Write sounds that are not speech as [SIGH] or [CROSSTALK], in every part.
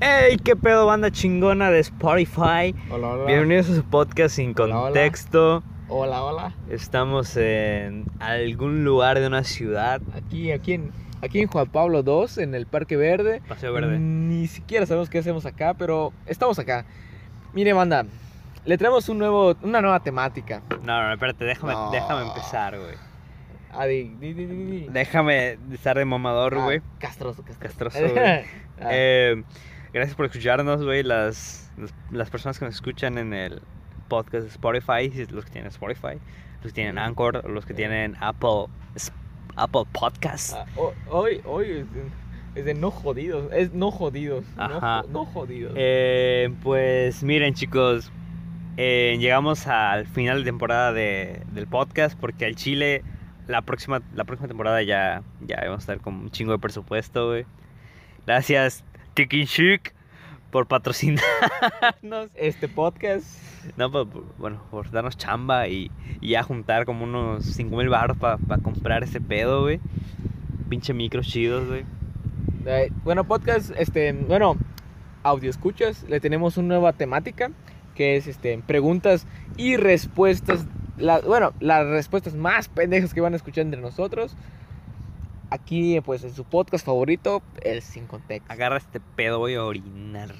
¡Ey! ¿Qué pedo, banda chingona de Spotify? Hola, hola. Bienvenidos a su podcast sin Hola, hola. contexto. Hola, hola. Estamos en algún lugar de una ciudad. Aquí, aquí en, aquí en Juan Pablo II, en el Parque Verde. Paseo Verde. Ni siquiera sabemos qué hacemos acá, pero estamos acá. Mire, banda, le traemos un nuevo, una nueva temática. No, no, espérate, déjame, No. déjame empezar, güey. Adi, Ah, di, di, di, di. Déjame estar de mamador, Ah, güey. castroso, castroso. Castroso, [LAUGHS] güey. Ah, Eh, gracias por escucharnos, güey. Las, las, las personas que nos escuchan en el podcast de Spotify, si- los que tienen Spotify, los que Mm. tienen Anchor, los que Sí. tienen Apple, S- Apple Podcast. ah, ho- hoy, hoy es de, es de no jodidos, es no jodidos, no, Ajá. jo- no jodidos. Eh, pues miren, chicos, eh, llegamos al final de temporada de- del podcast porque al Chile la próxima, la próxima temporada ya, ya vamos a estar con un chingo de presupuesto, güey. Gracias, Tiki Chic, por patrocinarnos. Este podcast, [LAUGHS] No, pues, por- bueno, por darnos chamba y, y ya juntar como unos 5 mil baros para comprar ese pedo, güey. Pinche micros chidos, güey. eh, bueno, podcast, este, bueno, audio escuchas, le tenemos una nueva temática que es este, preguntas y respuestas, la- bueno, las respuestas más pendejas que van a escuchar entre nosotros. Aquí, pues, en su podcast favorito, el Sin Contexto. Agarra este pedo, voy a orinar.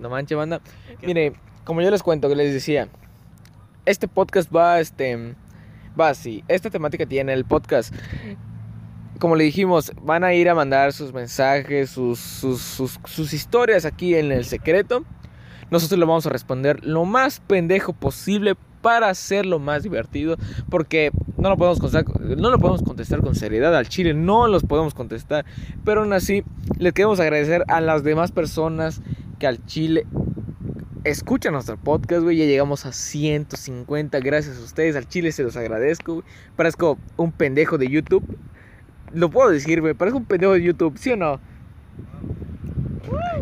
No manches, banda. Mire, como yo les cuento, que les decía, este podcast va, este, va así. Esta temática tiene el podcast. Como le dijimos, van a ir a mandar sus mensajes, sus, sus, sus, sus historias aquí en el secreto. Nosotros lo vamos a responder lo más pendejo posible para hacerlo más divertido. Porque no lo podemos contestar, no lo podemos contestar con seriedad al chile, no los podemos contestar. Pero aún así, les queremos agradecer a las demás personas que al chile escuchan nuestro podcast, güey. Ya llegamos a 150. Gracias a ustedes. Al chile se los agradezco, güey. Parezco un pendejo de YouTube. Lo puedo decir, güey. Parezco un pendejo de YouTube, ¿sí o no?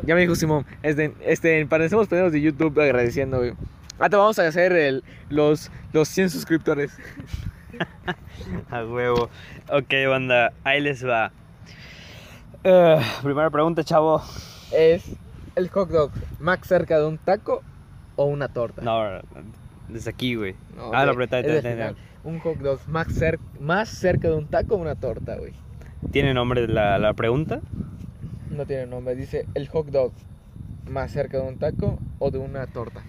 Ya me dijo Simón. Este, este, parecemos pendejos de YouTube agradeciendo, güey. Ahora vamos a hacer el- los, los 100 suscriptores. A huevo. Ok, banda, ahí les va. Eh, primera pregunta, chavo. Es el hot dog más cerca de un taco o una torta. No, no, no, desde aquí, güey. No, Ah, la güey, pregunta es de- del de- de- final. Un hot dog más, cer- más cerca de un taco o una torta, güey. ¿Tiene nombre la, la pregunta? No tiene nombre, dice el hot dog más cerca de un taco o de una torta.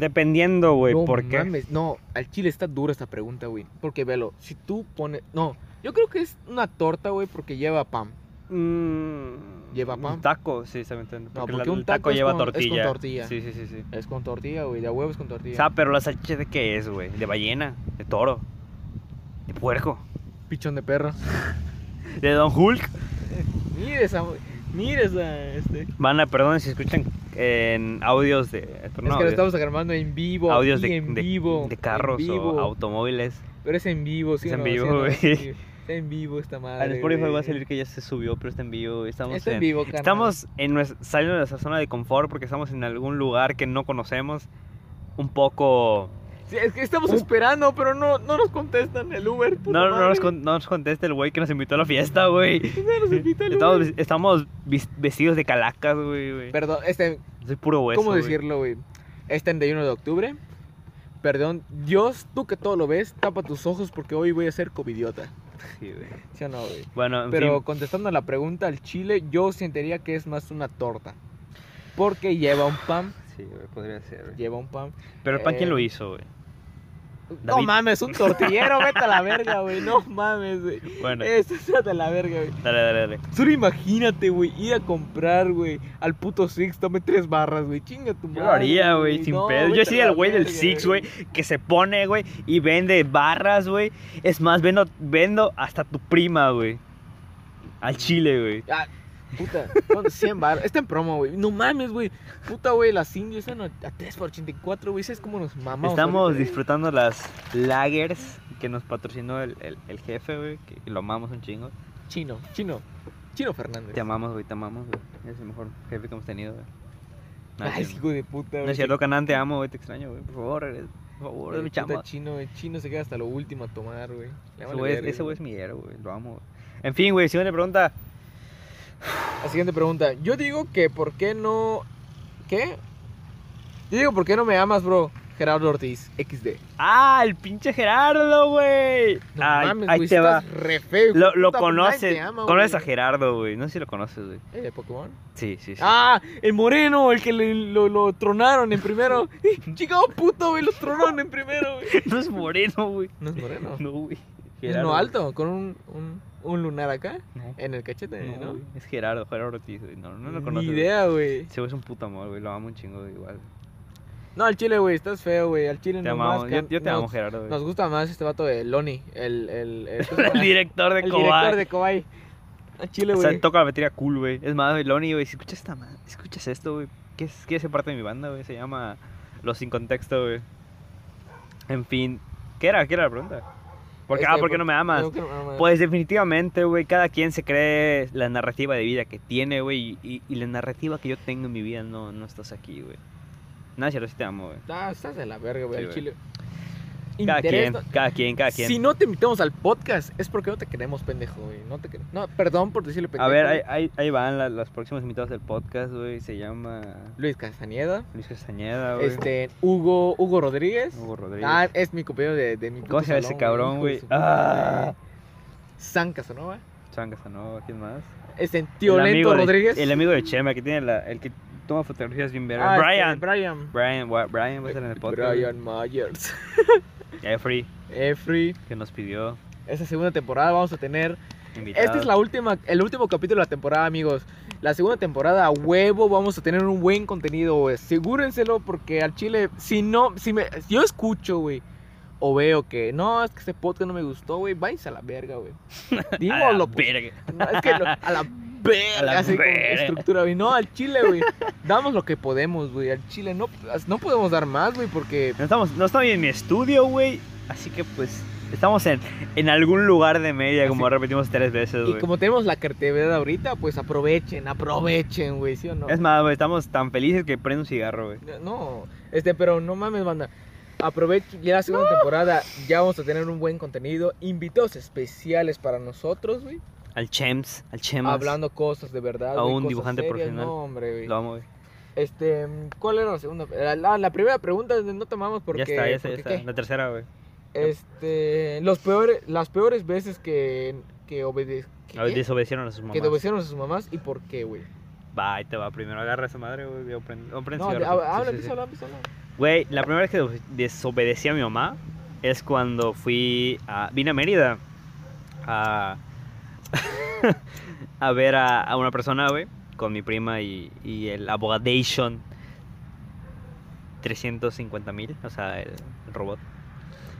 Dependiendo, güey, no, ¿por qué? mames, no, al chile está dura esta pregunta, güey. Porque velo, si tú pones. No, yo creo que es una torta, güey, porque lleva pan. Mm, ¿Lleva un pan? Taco, sí, se me entiende. No, Porque, porque la- un el taco, taco es lleva con- es con tortilla. tortilla. Sí, sí, sí. sí. Es con tortilla, güey, de huevo es con tortilla. Ah, pero la salchicha de qué es, güey? ¿De ballena? ¿De toro? ¿De puerco? Pichón de perro. ¿De Don Hulk? Mira esa, güey, mira esa, este. Van a, perdón si escuchan en audios de. eh, Es no, que lo audios, estamos grabando en vivo. audios aquí de, en de- vivo. de en carros vivo. o automóviles. Pero es en vivo, sí. Es o en no? ¿Sí vivo, o no? güey. Es en vivo. Está en vivo esta madre. Al Spotify va a güey. salir que ya se subió, pero está en vivo. güey. Estamos Está en en- vivo, carnal. Estamos en nues- saliendo de nuestra zona de confort porque estamos en algún lugar que no conocemos. Un poco. Sí, es que estamos esperando, pero no, no nos contestan el Uber. puta Uh. No, no, madre. nos, con- no nos contesta el güey que nos invitó a la fiesta, güey. No nos invita el Estamos, Uber. vis- estamos vis- vestidos de calacas, güey. güey. Perdón, este, Soy puro hueso. ¿cómo güey. decirlo, güey? Este 31 de octubre. Perdón, Dios, tú que todo lo ves, tapa tus ojos porque hoy voy a ser covidiota. Sí, güey. ¿Sí o no, güey? Bueno, en Pero fin. contestando a la pregunta al chile, yo sentiría que es más una torta. Porque lleva un pan, Sí, güey, podría ser. güey. lleva un pan. Pero el pan, ¿quién Eh, lo hizo, güey? No David. mames, [LAUGHS] un tortillero, vete a la verga, güey. No mames, güey. Bueno, Eso es de la verga, güey. dale, dale, dale. Solo imagínate, güey, ir a comprar, güey, al puto Six, tome tres barras, güey, chinga tu madre. Yo lo haría, güey, sin No, pedo. vete Yo a sería la el güey del verga, Six, güey, que se pone, güey, y vende barras, güey. Es más, vendo, vendo hasta tu prima, güey. Al chile, güey. Ah, puta, son 100 barras. Está en promo, güey. No mames, güey. Puta, güey, las indias están a 3 por 84, güey. Eso es como nos mamamos. Estamos ahorita. disfrutando las lagers que nos patrocinó el, el- el jefe, güey, que lo amamos un chingo. Chino, chino. Chino Fernández. Te amamos, güey, te amamos, güey. Es el mejor jefe que hemos tenido, güey. No, Ay, es cierto. hijo de puta, güey. No es cierto, Canán, te amo, güey, te extraño, güey. Por favor, regresa. Por favor, Hijo es de mi puta, chamba. chino, el chino se queda hasta lo último a tomar, güey. Ese Le vale güey es, verga, ese güey es mi héroe, güey. Lo amo. güey. En fin, güey, si me le pregunta. La siguiente pregunta. Yo digo que por qué no. ¿Qué? Yo digo, ¿por qué no me amas, bro? Gerardo Ortiz, XD. Ah, el pinche Gerardo, güey. No Ay, mames, ahí güey, te va. estás re feo, hijo Lo, de lo puta, pues, nadie conoces. te ama, conoces a güey. Gerardo, güey. No sé si lo conoces, güey. ¿El de Pokémon? Sí, sí, sí. Ah, el moreno, el que le- lo, lo tronaron en [LAUGHS] primero. [LAUGHS] Chico, puto, güey, lo tronaron en primero, güey. [LAUGHS] No es moreno, güey. No es moreno. No, güey. Es Gerardo, no güey. alto, con un, un, un lunar acá, No. en el cachete, No, Eh, ¿no? güey, Es Gerardo, Gerardo Ortiz, güey. No, no lo Ni conoces. güey. idea, güey. Ese güey es un puto amor, güey. Lo amo un chingo, güey, igual. No, al chile, güey, estás feo, güey. Al chile Te no más. amamos. Yo, yo te amo, Gerardo, [LAUGHS] Nos güey. gusta más este vato de Loni, el, [LAUGHS] el, el, El director de el director Cobay. de Cobay. Al chile, O sea, güey. toca la batería cool, güey. Es más, güey, Lonnie, güey. Si escuchas esta madre, escuchas esto, güey. ¿Qué es, ¿Quieres ser parte de mi banda, güey? Se llama Los Sin Contexto, güey. En fin. ¿Qué era? ¿Qué era la pregunta? ¿Por qué, Este, ah, ¿por qué no me amas? Yo creo que no me- Pues definitivamente, güey, cada quien se cree la narrativa de vida que tiene, güey, y, y la narrativa que yo tengo en mi vida no, no estás aquí, güey. Nada, es cierto, sí te amo, güey. Ah, estás de la verga, güey, Sí, al güey. chile. Cada Interés- quien, cada quien, cada quien. Si no te invitamos al podcast, es porque no te queremos, pendejo, güey. No te quer- No, perdón por decirle pendejo. A ver, ahí, ahí, ahí van la- los próximos invitados del podcast, güey. Se llama Luis Castañeda, Luis Castañeda, güey. este, Hugo, Hugo Rodríguez. Hugo Rodríguez. Ah, es mi compañero de, de mi puto ¿Cómo se llama ese salón, cabrón, hijo de güey? su puta Ah, madre. San Casanova. Chan Casanova, ¿quién más? Este, El Tío amigo Lento de- Rodríguez. El amigo de Chema, que tiene la, el que toma fotografías bien verga. Ah, este, Brian. Brian. Brian, wa- Brian va a estar en el podcast. Brian Myers. güey. Jeffrey, Efri. que nos pidió Esta segunda temporada vamos a tener invitados. Este es la última, el último capítulo de la temporada, amigos. La segunda temporada, a huevo, vamos a tener un buen contenido, güey. Segúrenselo porque al chile, si no, si me, si yo escucho, güey, o veo que no, es que este podcast no me gustó, güey, váyanse a la verga, güey. [LAUGHS] A la Dímoslo, pues. verga. No, es que lo- a la verga, A la así con verga. estructura, güey. No, al chile, güey. Damos lo que podemos, güey. Al chile, no, no podemos dar más, güey, porque. No estamos, no estamos en mi estudio, güey. Así que pues estamos en, en algún lugar de media, como repetimos tres veces, Y güey. como tenemos la creatividad ahorita, pues aprovechen, aprovechen, güey, ¿sí o no? Es más, güey, estamos tan felices que prende un cigarro, güey. No, este, pero no mames, banda. Aprovecho ya la segunda temporada. Ya vamos a tener un buen contenido. Invitados especiales para nosotros, güey. Al Chems, al Chemas. Hablando cosas de verdad. A güey, un cosas dibujante serias. profesional. No, hombre, Lo güey. amo, güey. Este, ¿cuál era la segunda? La, la- la primera pregunta es de no tomamos porque. Ya está, ya está, ya porque está. La tercera, güey. ¿qué? Este, los peores, las peores veces que, que obede- ¿qué? A ver, Desobedecieron a sus mamás. Que obedecieron a sus mamás y por qué, güey. Va, ahí te va. Primero agarra esa madre, güey. Yo prendo, yo prendo No, cigarro. Sí, ha- sí, habla, sí. empieza a hablar, empieza a hablar. Güey, la primera vez que des- desobedecí a mi mamá es cuando fui a. Vine a Mérida a. [LAUGHS] a ver a, a una persona, güey, con mi prima y, y el Abogadation 350 mil, o sea, el, el robot.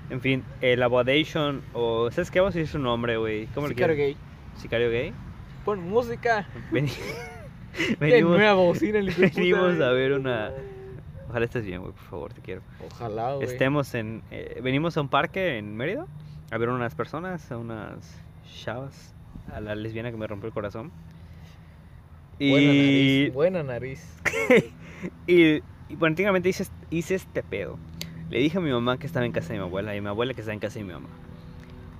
En fin, el Abogadation, o. ¿Sabes qué? Vamos a decir su nombre, güey. ¿Cómo le Sicario quieres? gay. Sicario gay. Pon música. [LAUGHS] Veni- de Venimos. nuevo, sin el [LAUGHS] hijo de puta, venimos güey. a ver una- Ojalá estés bien, güey, por favor, te quiero. Ojalá, güey. Estemos en. eh, venimos a un parque en Mérida a ver unas personas, a unas chavas, a la lesbiana que me rompió el corazón. Buena Y. nariz, buena nariz. Y, y prácticamente hice, est- hice este pedo. Le dije a mi mamá que estaba en casa de mi abuela y a mi abuela que estaba en casa de mi mamá.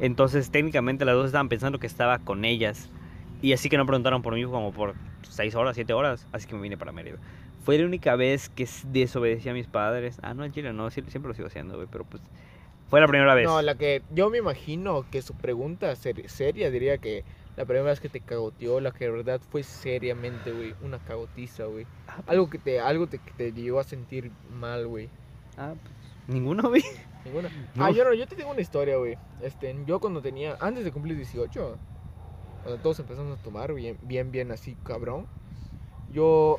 Entonces técnicamente las dos estaban pensando que estaba con ellas. Y así que no preguntaron por mí como por 6 horas, 7 horas. Así que me vine para Mérida. Fue la única vez que s- desobedecí a mis padres. Ah, no, al chile, no, sí- siempre lo sigo haciendo, güey, pero pues fue la primera vez. No, la que yo me imagino que su pregunta ser- seria diría que la primera vez que te cagoteó, la que de verdad fue seriamente, güey, una cagotiza, güey. Ah, pues- Algo que te algo te, que te llevó a sentir mal, güey. ah, pues, ninguno, güey. Ninguna. No. Ah, yo no, yo te tengo una historia, güey. Este, yo cuando tenía antes de cumplir 18, cuando todos empezamos a tomar bien bien bien así, cabrón. Yo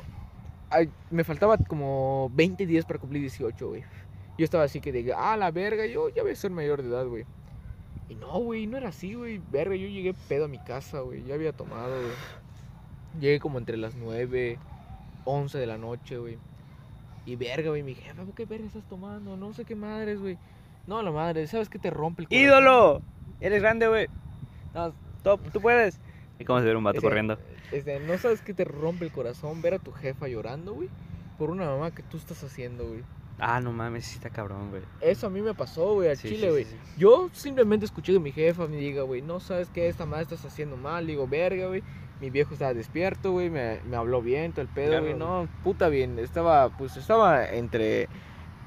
ay, me faltaba como 20 días para cumplir 18, güey. Yo estaba así que de, ah, la verga, yo ya voy a ser mayor de edad, güey. Y no, güey, no era así, güey. Verga, yo llegué pedo a mi casa, güey. Ya había tomado, güey. Llegué como entre las 9, 11 de la noche, güey. Y verga, güey, mi jefa, ¿por qué verga estás tomando? No sé qué madres, güey. No, la madre, ¿sabes qué te rompe el corazón? [LAUGHS] ¡Ídolo! Eres grande, güey. No, Top, tú puedes. Y cómo se ve un vato Ese- corriendo. este, no sabes qué te rompe el corazón ver a tu jefa llorando, güey, por una mamá que tú estás haciendo, güey. Ah, no mames, sí está cabrón, güey. Eso a mí me pasó, güey, al Sí, sí, chile, sí, güey. sí. Yo simplemente escuché que mi jefa me diga, güey, no sabes qué, esta madre estás haciendo mal. Digo, verga, güey. mi viejo estaba despierto, güey, me, me habló bien, todo el pedo, Claro, güey, güey. no, puta bien, estaba, pues, estaba entre,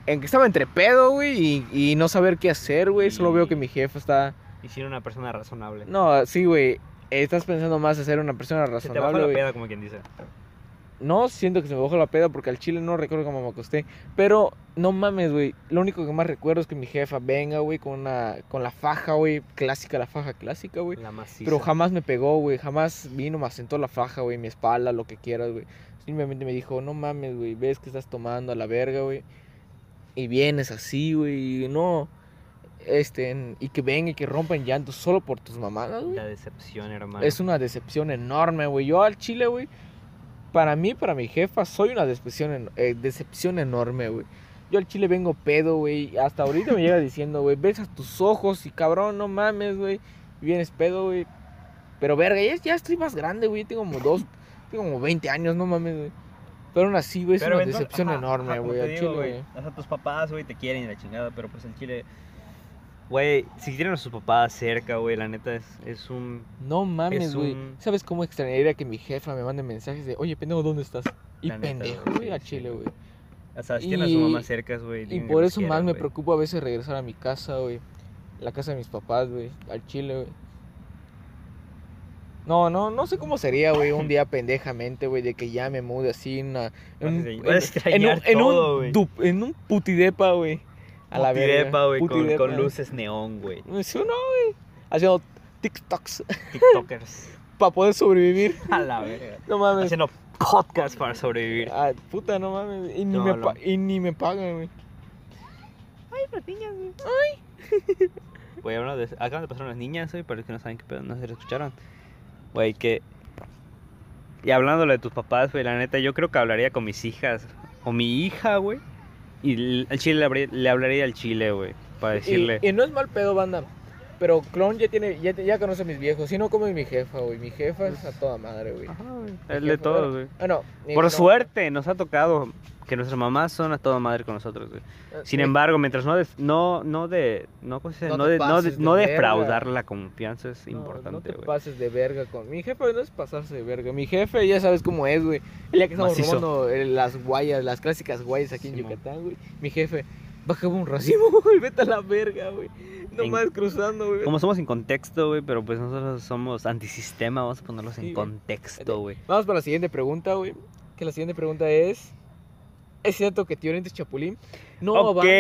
en, estaba entre pedo, güey, y, y no saber qué hacer, güey, solo veo que mi jefe está, Y si era una persona razonable. no, sí, güey, estás pensando más en ser una persona Se te bajó la razonable, güey. peda, como quien dice. No siento que se me bajó la peda porque al chile no recuerdo cómo me acosté. Pero no mames, güey. Lo único que más recuerdo es que mi jefa venga, güey, con, una, con la faja, güey. Clásica, la faja clásica, güey. La maciza. Pero jamás me pegó, güey. Jamás vino, me asentó la faja, güey. Mi espalda, lo que quieras, güey. Simplemente me dijo, no mames, güey. Ves que estás tomando a la verga, güey. Y vienes así, güey. y No. Este, en- y que venga y que rompan llanto solo por tus mamadas, güey. La decepción, hermano. Es una decepción enorme, güey. Yo al chile, güey. Para mí, para mi jefa, soy una decepción, en- eh, decepción enorme, güey. Yo al chile vengo pedo, güey. Hasta ahorita me llega diciendo, güey, besas tus ojos y cabrón, no mames, güey. Vienes pedo, güey. Pero verga, ya, ya estoy más grande, güey. Tengo como dos, tengo como 20 años, no mames, güey. Pero aún así, güey, es Pero una entonces- decepción ajá, enorme, ajá, como güey. te Al digo, chile, güey. O sea, tus papás, güey, te quieren y la chingada, pero pues el chile. Güey, si tienen a sus papás cerca, güey, la neta es, es un. No mames, Es güey. un- ¿Sabes cómo extrañaría que mi jefa me mande mensajes de, oye, pendejo, ¿dónde estás? Y La neta, pendejo, güey, güey, sí, al sí, chile, güey. güey. O sea, si tienen a su Y- mamá cerca, güey. Y digan que por los eso quieran, más me güey. preocupa a veces regresar a mi casa, güey. La casa de mis papás, güey. Al chile, güey. No, no, no sé cómo sería, güey, un día pendejamente, güey, de que ya me mude así en una- en un, Vas a extrañar en un, en un todo, güey. dup- en un putidepa, güey. A la verga. Putidepa, güey, con, Putidepa. con luces neón, güey. Sí, no, güey. Haciendo TikToks [LAUGHS] TikTokers. [LAUGHS] para poder sobrevivir. a la verga. No mames. Haciendo podcasts para sobrevivir. Ah, puta, no mames. Y ni, No, me, no. pa- y ni me pagan, güey. Güey, hablando de- acaban de pasar unas niñas, güey, para los que no saben qué pedo, no se lo escucharon. Güey, que. Y hablándole de tus papás, güey, la neta, yo creo que hablaría con mis hijas. O mi hija, güey. Y l- al chile le, habría- le hablaría al chile, güey. Para Y- decirle. Y, no es mal pedo, banda. Pero Clon ya tiene, ya, ya conoce a mis viejos. Si no como mi jefa, güey. Mi jefa es a toda madre, güey. Ajá, güey, Mi Es de jefa- todo, güey. Ah, no. mi- Por no, suerte, nos ha tocado que nuestras mamás son a toda madre con nosotros, güey. eh, Sin mi- embargo, mientras no des- no no de no, ¿cómo se dice? No no, te de- no de- pases de no verga. defraudar la confianza es no, No importante, te güey. pases de verga con. Mi jefa no es pasarse de verga. Mi jefe ya sabes cómo es, güey. El día que estamos Macizo. robando eh, las guayas, las clásicas guayas aquí en Simón. Yucatán, güey. Mi jefe, baja un racimo, [LAUGHS] güey. Vete a la verga, güey. No En- más cruzando, güey. Como somos en contexto, güey, pero pues nosotros somos antisistema, vamos a ponerlos Sí, en güey. contexto, güey. Vamos para la siguiente pregunta, güey. Que la siguiente pregunta es. ¿Es cierto que Tío Oriente es Chapulín? No, ok, banda,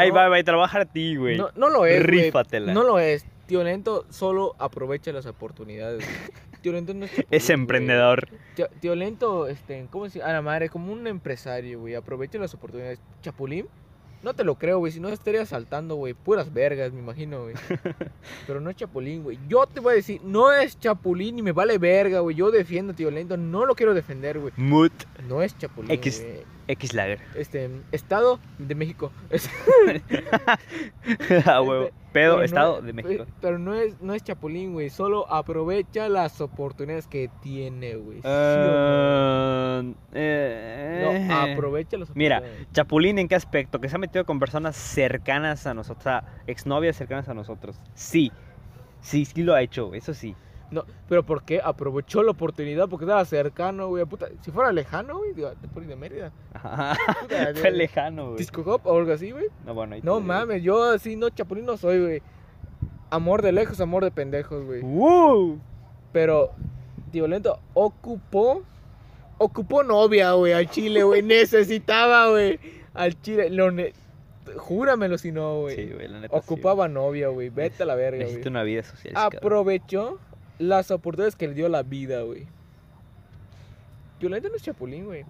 ahí no. va, va, trabaja a ti, güey. No, no lo es. güey. Rífatela. No lo es. Tío Lento solo aprovecha las oportunidades. güey. Tío [LAUGHS] Lento no es chapulín, es güey. emprendedor. Tío, Tío Lento, este, ¿cómo se A la madre, como un empresario, güey. Aprovecha las oportunidades. Chapulín, no te lo creo, güey. Si no estaría saltando, güey. Puras vergas, me [LAUGHS] imagino, güey. Pero no es Chapulín, güey. Yo te voy a decir, no es Chapulín y me vale verga, güey. Yo defiendo a Tío Lento, no lo quiero defender, güey. Mut No es Chapulín. X. güey. X Lager. [LAUGHS] Este, Estado de México. [LAUGHS] Es- Ah, huevo. Este, Pedo, Pero no- Estado de México. pe- Pero no es, no es Chapulín, güey. Solo aprovecha las oportunidades que tiene, güey. ¿Sí o Ah, no? eh, No, aprovecha las Mira. oportunidades. Chapulín, ¿en qué aspecto? Que se ha metido con personas cercanas a nosotros, o sea, exnovias cercanas a nosotros. Sí, sí, sí lo ha hecho, güey, eso sí. [LAUGHS] No, pero ¿por qué? Aprovechó la oportunidad porque estaba cercano, güey. Puta, si fuera lejano, güey, digo, te pones de Mérida. [LAUGHS] Ajá, Puta, Fue de- lejano, güey. Disco Hop o algo así, güey. No, bueno, ahí te No digo. mames, yo así no Chapulín no soy, güey. Amor de lejos, amor de pendejos, güey. ¡Wow! Pero Tío Lento ocupó. Ocupó novia, güey, al [LAUGHS] Chile, güey. Necesitaba, güey. Al Chile. Lo ne- Júramelo si no, güey. Sí, güey, la neta. sí, Ocupaba novia, güey. Vete a la güey. verga, Necesito güey. Ah, una vida social. cabrón. Aprovechó las oportunidades que le dio la vida, güey. Tío Lento no es chapulín, güey.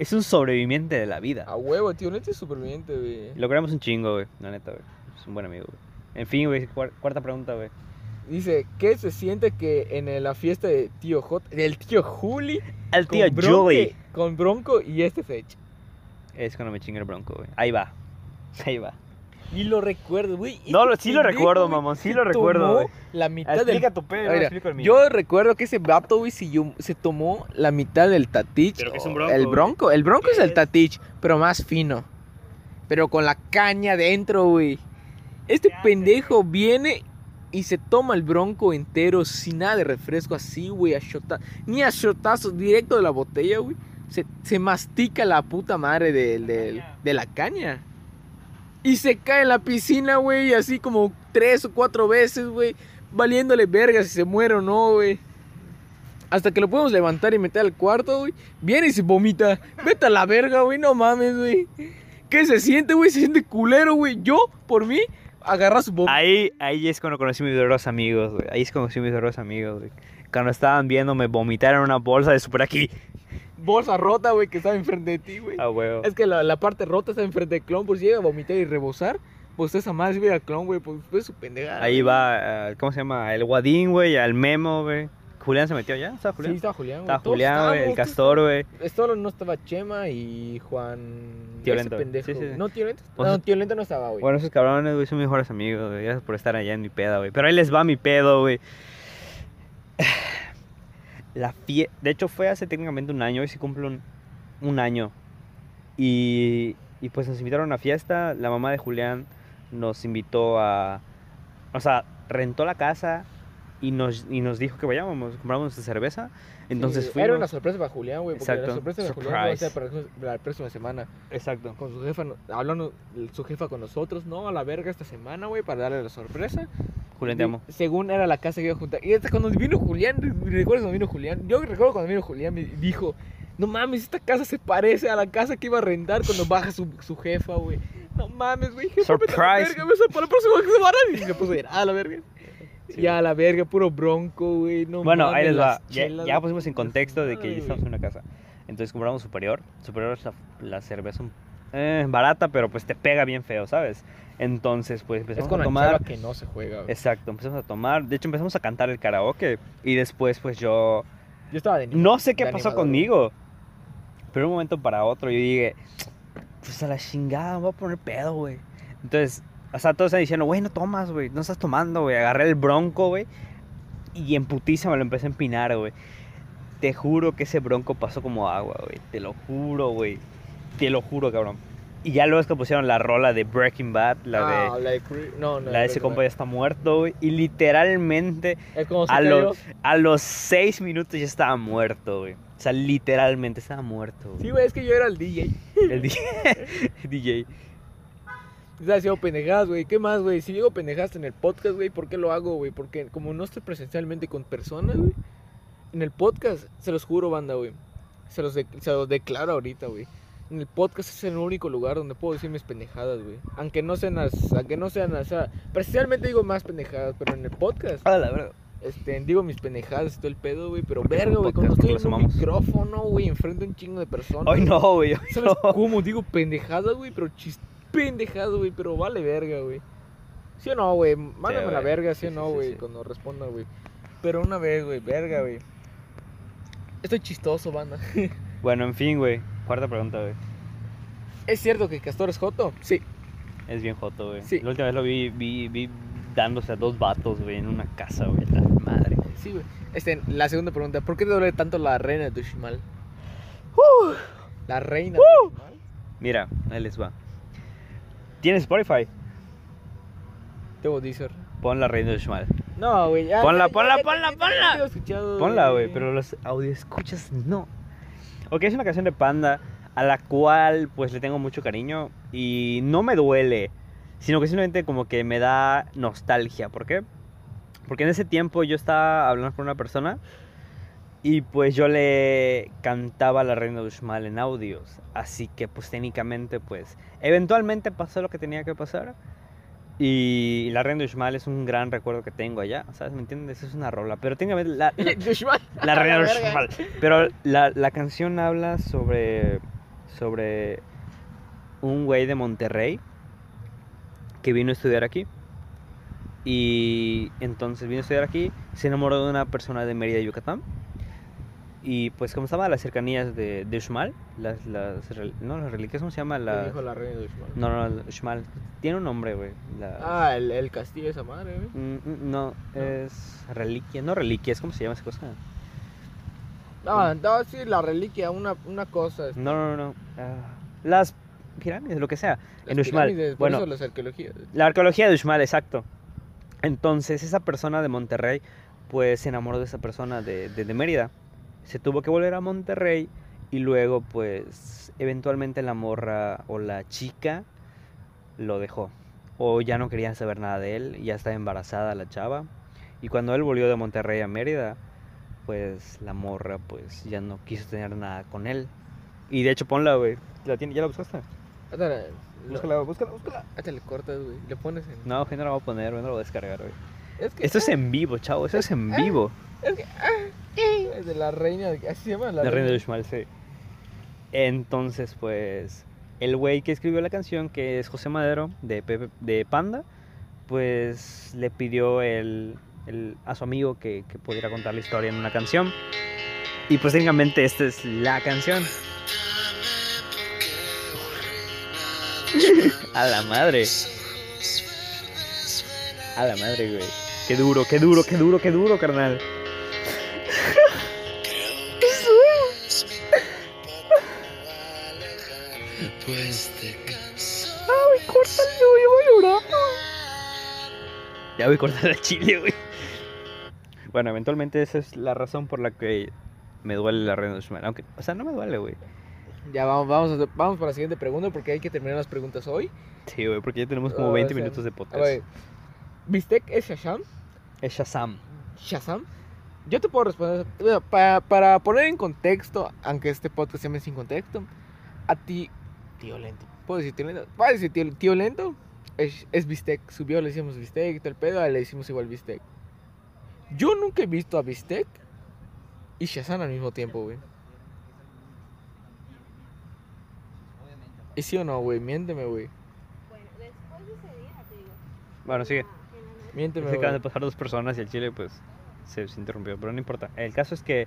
Es un sobreviviente de la vida. A huevo, Tío Lento es superviviente, Ah, güey. Lo queremos un chingo, güey, la neta, güey. Es un buen amigo, güey. En fin, güey, cuar- cuarta pregunta, güey. Dice, ¿qué se siente que en la fiesta de Tío J, del Tío Juli, Al tío con, Bronco- Joey. con Bronco y este Fetch? Es cuando me chingue el bronco, güey. Ahí va. [LAUGHS] Ahí va. Y lo recuerdo, güey. No, este lo- sí lo pendejo, recuerdo, güey, mamón, sí se lo recuerdo, tomó güey. La mitad del... Explica tu pedo, yo Mira, explico el mío. yo recuerdo que ese vato, güey, si yo- se tomó la mitad del tatich. Pero que es un o- bronco, El güey. bronco, el bronco es el Es- tatich, pero más fino. Pero con la caña dentro, güey. Este ¿Qué hace, pendejo viene Y se toma el bronco entero sin nada de refresco así, güey, a shota- Ni a shotazos, directo de la botella, güey. Se, se mastica la puta madre del- del- de la caña. Y se cae en la piscina, güey, así como tres o cuatro veces, güey. Valiéndole verga si se muere o no, güey. Hasta que lo podemos levantar y meter al cuarto, güey. Viene y se vomita. Vete a la verga, güey, no mames, güey. ¿Qué se siente, güey? Se siente culero, güey. Yo, por mí, agarra su vomita. Ahí, ahí es cuando conocí a mis verdaderos amigos, güey. Ahí es cuando conocí a mis verdaderos amigos, güey. Cuando estaban viéndome vomitar en una bolsa de super [LAUGHS] aquí. Bolsa rota, güey, que estaba enfrente de ti, güey. Ah, huevo. Es que la, la parte rota está enfrente de Clon, por si llega a vomitar y rebosar. Pues esa madre sirve a Clon, güey, pues fue su pendejada. Ahí güey. va, eh, ¿cómo se llama? El Guadín, güey, al Memo, güey. Julián se metió ya, ¿estaba Sí, Julián? estaba Julián, güey. estaba Todos Julián, güey, el estábamos, Castor, güey. todos- Solo no estaba Chema y Juan... Tío ese Lento. pendejo. Sí, sí, güey. sí. No, Tío Lento. O no, sea- Tío Lento no estaba, güey. Bueno, esos cabrones, güey, son mis mejores amigos, güey. Gracias por estar allá en mi peda, güey. Pero ahí les va mi pedo, güey. [SIGHS] La fie... De hecho, fue hace técnicamente un año. Hoy sí cumple un, un año. Y, y pues nos invitaron a una fiesta. La mamá de Julián nos invitó a... O sea, rentó la casa y nos, y nos dijo que vayábamos. Compramos nuestra cerveza. Entonces Sí, fuimos... Era una sorpresa para Julián, güey, porque la Exacto. sorpresa de Julián va a Surprise. ser para la próxima- la próxima semana. Exacto. Con su jefa, no- hablando su jefa con nosotros, ¿no? A la verga esta semana, güey, para darle la sorpresa. Julián, te amo. Y Según era la casa que iba a juntar. Y hasta cuando vino Julián, ¿recuerdas cuando vino Julián? Yo recuerdo cuando vino Julián, me dijo, no mames, esta casa se parece a la casa que iba a rentar cuando baja su, su jefa, güey. No mames, güey, jefa, vete a la Surprise. verga, vete para la próxima semana. Y me puso a ir, a la verga. Sí. Ya, a la verga, puro bronco, güey. No Bueno, mames, ahí les va. las Ya, chelas, ya güey. pusimos en contexto de que Ay, ya estamos en una casa. Entonces compramos superior. Superior es la, la cerveza un- eh, barata, pero pues te pega bien feo, ¿sabes? Entonces, pues Es empezamos a con la tomar. chava que no se juega, güey. Exacto, empezamos a tomar. De hecho, empezamos a cantar el karaoke. Y después, pues yo. Yo estaba de niño. No sé qué de pasó animador. conmigo. Pero de un momento para otro yo dije, pues a la chingada, me voy a poner pedo, güey. Entonces, o sea, todos están diciendo, güey, no tomas, güey, no estás tomando, güey. Agarré el bronco, güey, y en putiza me lo empecé a empinar, güey. Te juro que ese bronco pasó como agua, güey. Te lo juro, güey. Te lo juro, cabrón. Y ya luego es que pusieron la rola de Breaking Bad, la de... Ah, la de Cre- No, no. La de ese Breaking compa Bad. ya está muerto, güey. Y literalmente Es como se a cayó. los, a los seis minutos ya estaba muerto, güey. O sea, literalmente estaba muerto, güey. Sí, güey, es que yo era el DJ. El DJ. [LAUGHS] DJ. Estaba haciendo Pues, pendejadas, güey. ¿Qué más, güey? Si digo pendejadas en el podcast, güey, ¿por qué lo hago, güey? Porque como no estoy presencialmente con personas, güey, en el podcast, se los juro, banda, güey. Se los, de- se los declaro ahorita, güey. En el podcast es el único lugar donde puedo decir mis pendejadas, güey. Aunque no sean las, aunque no sean las, o sea, presencialmente digo más pendejadas, pero en el podcast, Ah, la verdad. este, digo mis pendejadas y todo el pedo, güey. Pero Porque en verga, el güey, cuando podcast estoy nos en un amamos. micrófono, güey, enfrente a un chingo de personas. Hoy güey, no, güey. hoy ¿Sabes no. cómo digo pendejada, güey? Pero chis pendejada, güey, pero vale verga, güey. ¿Sí o no, güey? Mándame la güey. verga, ¿sí, Sí, o sí, no, sí, güey? sí. Cuando responda, güey. Pero una vez, güey, verga, güey. Estoy chistoso, banda. Bueno, en fin, güey. Cuarta pregunta, güey. ¿Es cierto que Castor es Joto? Sí. Es bien joto, güey. Sí. La última vez lo vi, vi, vi dándose a dos vatos, güey, en una casa, güey. La madre. Sí, güey. Este, la segunda pregunta. ¿Por qué te duele tanto la reina de Tushmal? La reina de Tuxmal? Mira, ahí les va. ¿Tienes Spotify? Tengo Deezer. Pon la reina de Shmal. No, güey. ya- Ponla, ya- ponla, ya- ya- ponla, ya- ya- ponla. ya te he escuchado, Ponla, güey, pero los audio escuchas no. Ok, es una canción de Panda a la cual pues le tengo mucho cariño y no me duele, sino que simplemente como que me da nostalgia. ¿Por qué? Porque en ese tiempo yo estaba hablando con una persona y pues yo le cantaba la Reina de Uxmal en audios. Así que pues técnicamente pues eventualmente pasó lo que tenía que pasar. Y la Reina de Uxmal es un gran recuerdo que tengo allá, ¿sabes? ¿Me entiendes? Es una rola. Pero técnicamente la, la- Tuxmal. la reina [LAUGHS] A la del Cheval. verga. Pero la, la canción habla sobre. sobre un güey de Monterrey que vino a estudiar aquí. Y entonces vino a estudiar aquí, se enamoró de una persona de Mérida, Yucatán. Y pues, ¿cómo se llama? Las cercanías de, de Uxmal, las, las, rel- no, las reliquias, ¿cómo se llama? Le Las, dijo la reina de Tuxmal. no, no, no, Uxmal. Tiene un nombre, güey. las- Ah, el, el castillo esa madre, güey. Mm, mm, no, es reliquia, no reliquias, ¿cómo se llama esa cosa? No, no, sí, la reliquia, una, una cosa. este, No, no, no. no. Ah, las pirámides, lo que sea. las En Uxmal. pirámides, por Bueno, eso las arqueologías. la arqueología de Uxmal, exacto. Entonces esa persona de Monterrey pues se enamoró de esa persona de, de, de Mérida. Se tuvo que volver a Monterrey y luego pues eventualmente la morra o la chica lo dejó. O ya no querían saber nada de él, ya estaba embarazada la chava. Y cuando él volvió de Monterrey a Mérida, pues la morra pues ya no quiso tener nada con él. Y de hecho ponla, güey. ¿La tiene? ¿Ya la buscaste? Átala, lo- Búscala, búscala, búscala. átala, le cortas, güey. Le pones en. No, güey, no la voy a poner, güey, no la voy a descargar, güey. Es que. Esto es en vivo, chavo, esto es en vivo. es que- ah, es de la reina. de- Así se llama la, La reina de Uxmal, sí. Entonces, pues, el güey que escribió la canción, que es José Madero, de, Pepe- de Panda, pues le pidió el, el- a su amigo que, que pudiera contar la historia en una canción. Y pues técnicamente esta es la canción. [LAUGHS] a la madre. A la madre, güey. Qué duro, qué duro, qué duro, qué duro, carnal. Ay, córtale, güey. Voy a llorar. Ya voy a cortar el chile, güey. Bueno, eventualmente esa es la razón por la que me duele la reina de Uxmal. Aunque, o sea, no me duele, güey. Ya vamos, vamos, a- vamos para la siguiente pregunta porque hay que terminar las preguntas hoy. Sí, güey, porque ya tenemos Ah, como 20 o sea, minutos de A podcast. ver, ¿Bistec es Shazam? Es Shazam. Shazam. Yo te puedo responder. bueno, pa- para poner en contexto, aunque este podcast se llame sin contexto, a ti, tío lento. ¿Puedo decir tío lento? ¿Puedo decir tío, tío lento? Es, es Bistec. Subió, le decimos Bistec y todo el pedo, ah, le decimos igual Bistec. Yo nunca he visto a Bistec y Shazam al mismo tiempo, güey. ¿Y sí o no, güey? Miénteme, güey. Bueno, después de ese día, te digo. Ah, Bueno, sigue. en la noche- Se Miénteme, acaban de güey. pasar dos personas y el chile, pues, se, se interrumpió. Pero no importa. El caso es que,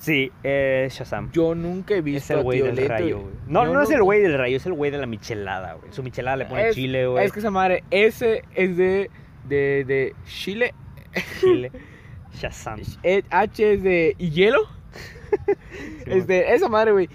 sí, eh, Shazam. Yo nunca he Es visto el a güey tío del lento. rayo, güey. No, Yo no es el nunca- güey del rayo, es el güey de la michelada, güey. Su michelada le pone Es- chile, Ah, güey. Es que esa madre, ese es de, de, de Chile. [LAUGHS] Chile. Shazam. eh, H es de ¿y hielo. [LAUGHS] es de esa madre, güey.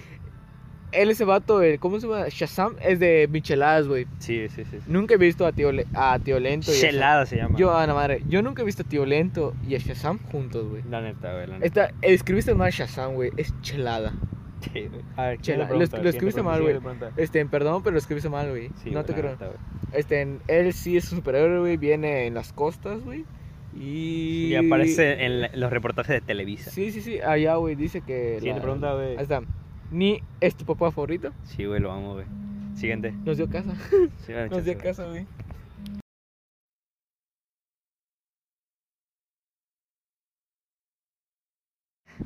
Él, ese vato, el- ¿cómo se llama? Shazam es de Micheladas, güey. Sí, sí, sí. sí. Nunca he visto a Tío, Le- a tío Lento. Y a Shazam. Chelada se llama. Yo, a la madre, yo nunca he visto a Tío Lento y a Shazam juntos, güey. La neta, güey, la neta. Esta, escribiste mal Shazam, güey. Es chelada. Sí, güey. A ver, siguiente pregunta, Chela, lo- lo siguiente escribiste pregunta, mal, güey. siguiente pregunta. Este, perdón, pero lo escribiste mal, güey. Sí, no güey, te la creo. neta, güey. Este, en- él sí es un superhéroe, güey. Viene en las costas, güey. Y... Y aparece en la- los reportajes de Televisa. Sí, sí, sí, allá, güey, dice que... Siguiente la- pregunta, güey. Ahí está. Ni es tu papá favorito. Sí, güey, lo amo, güey. Siguiente. Nos dio casa. Sí, dale Nos chance, dio güey. casa, güey.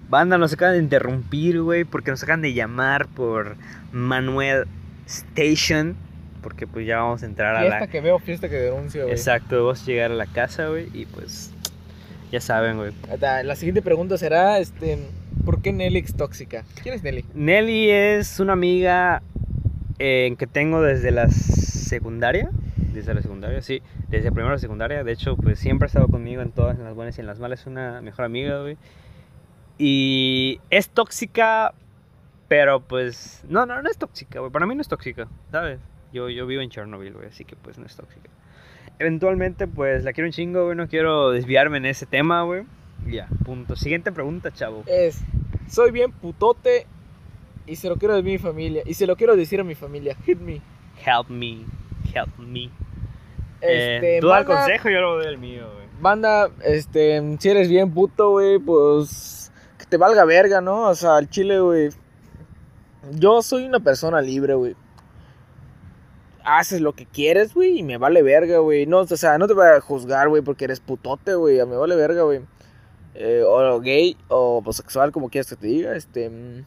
Banda, nos acaban de interrumpir, güey, porque nos acaban de llamar por Manuel Station. Porque pues ya vamos a entrar a Fiesta la... que veo, fiesta que denuncio, güey. Exacto, vamos a llegar a la casa, güey, y pues... Ya saben, güey. Ahí está, La siguiente pregunta será, este... ¿Por qué Nelly es tóxica? ¿Quién es Nelly? Nelly es una amiga eh, que tengo desde la secundaria. Desde la secundaria, sí. Desde primero de secundaria. De hecho, pues siempre ha estado conmigo en todas, en las buenas y en las malas. Es una mejor amiga, güey. Y es tóxica, pero pues... No, no, no es tóxica, güey. Para mí no es tóxica, ¿sabes? Yo, yo vivo en Chernobyl, güey, así que pues no es tóxica. Eventualmente, pues la quiero un chingo, güey. No quiero desviarme en ese tema, güey. Ya, punto. Siguiente pregunta, chavo. Es... Soy bien putote y se lo quiero de mi familia. Y se lo quiero decir a mi familia. Hit me. Help me, help me. Este, Eh, tú da el banda- consejo, yo lo doy el mío, güey. Banda, este, si eres bien puto, güey, pues que te valga verga, ¿no? O sea, al chile, güey. Yo soy una persona libre, güey. Haces lo que quieres, güey, y me vale verga, güey. No, o sea, no te voy a juzgar, güey, porque eres putote, güey. a- Me vale verga, güey. Eh, o gay, o homosexual, como quieras que te diga, este. mm,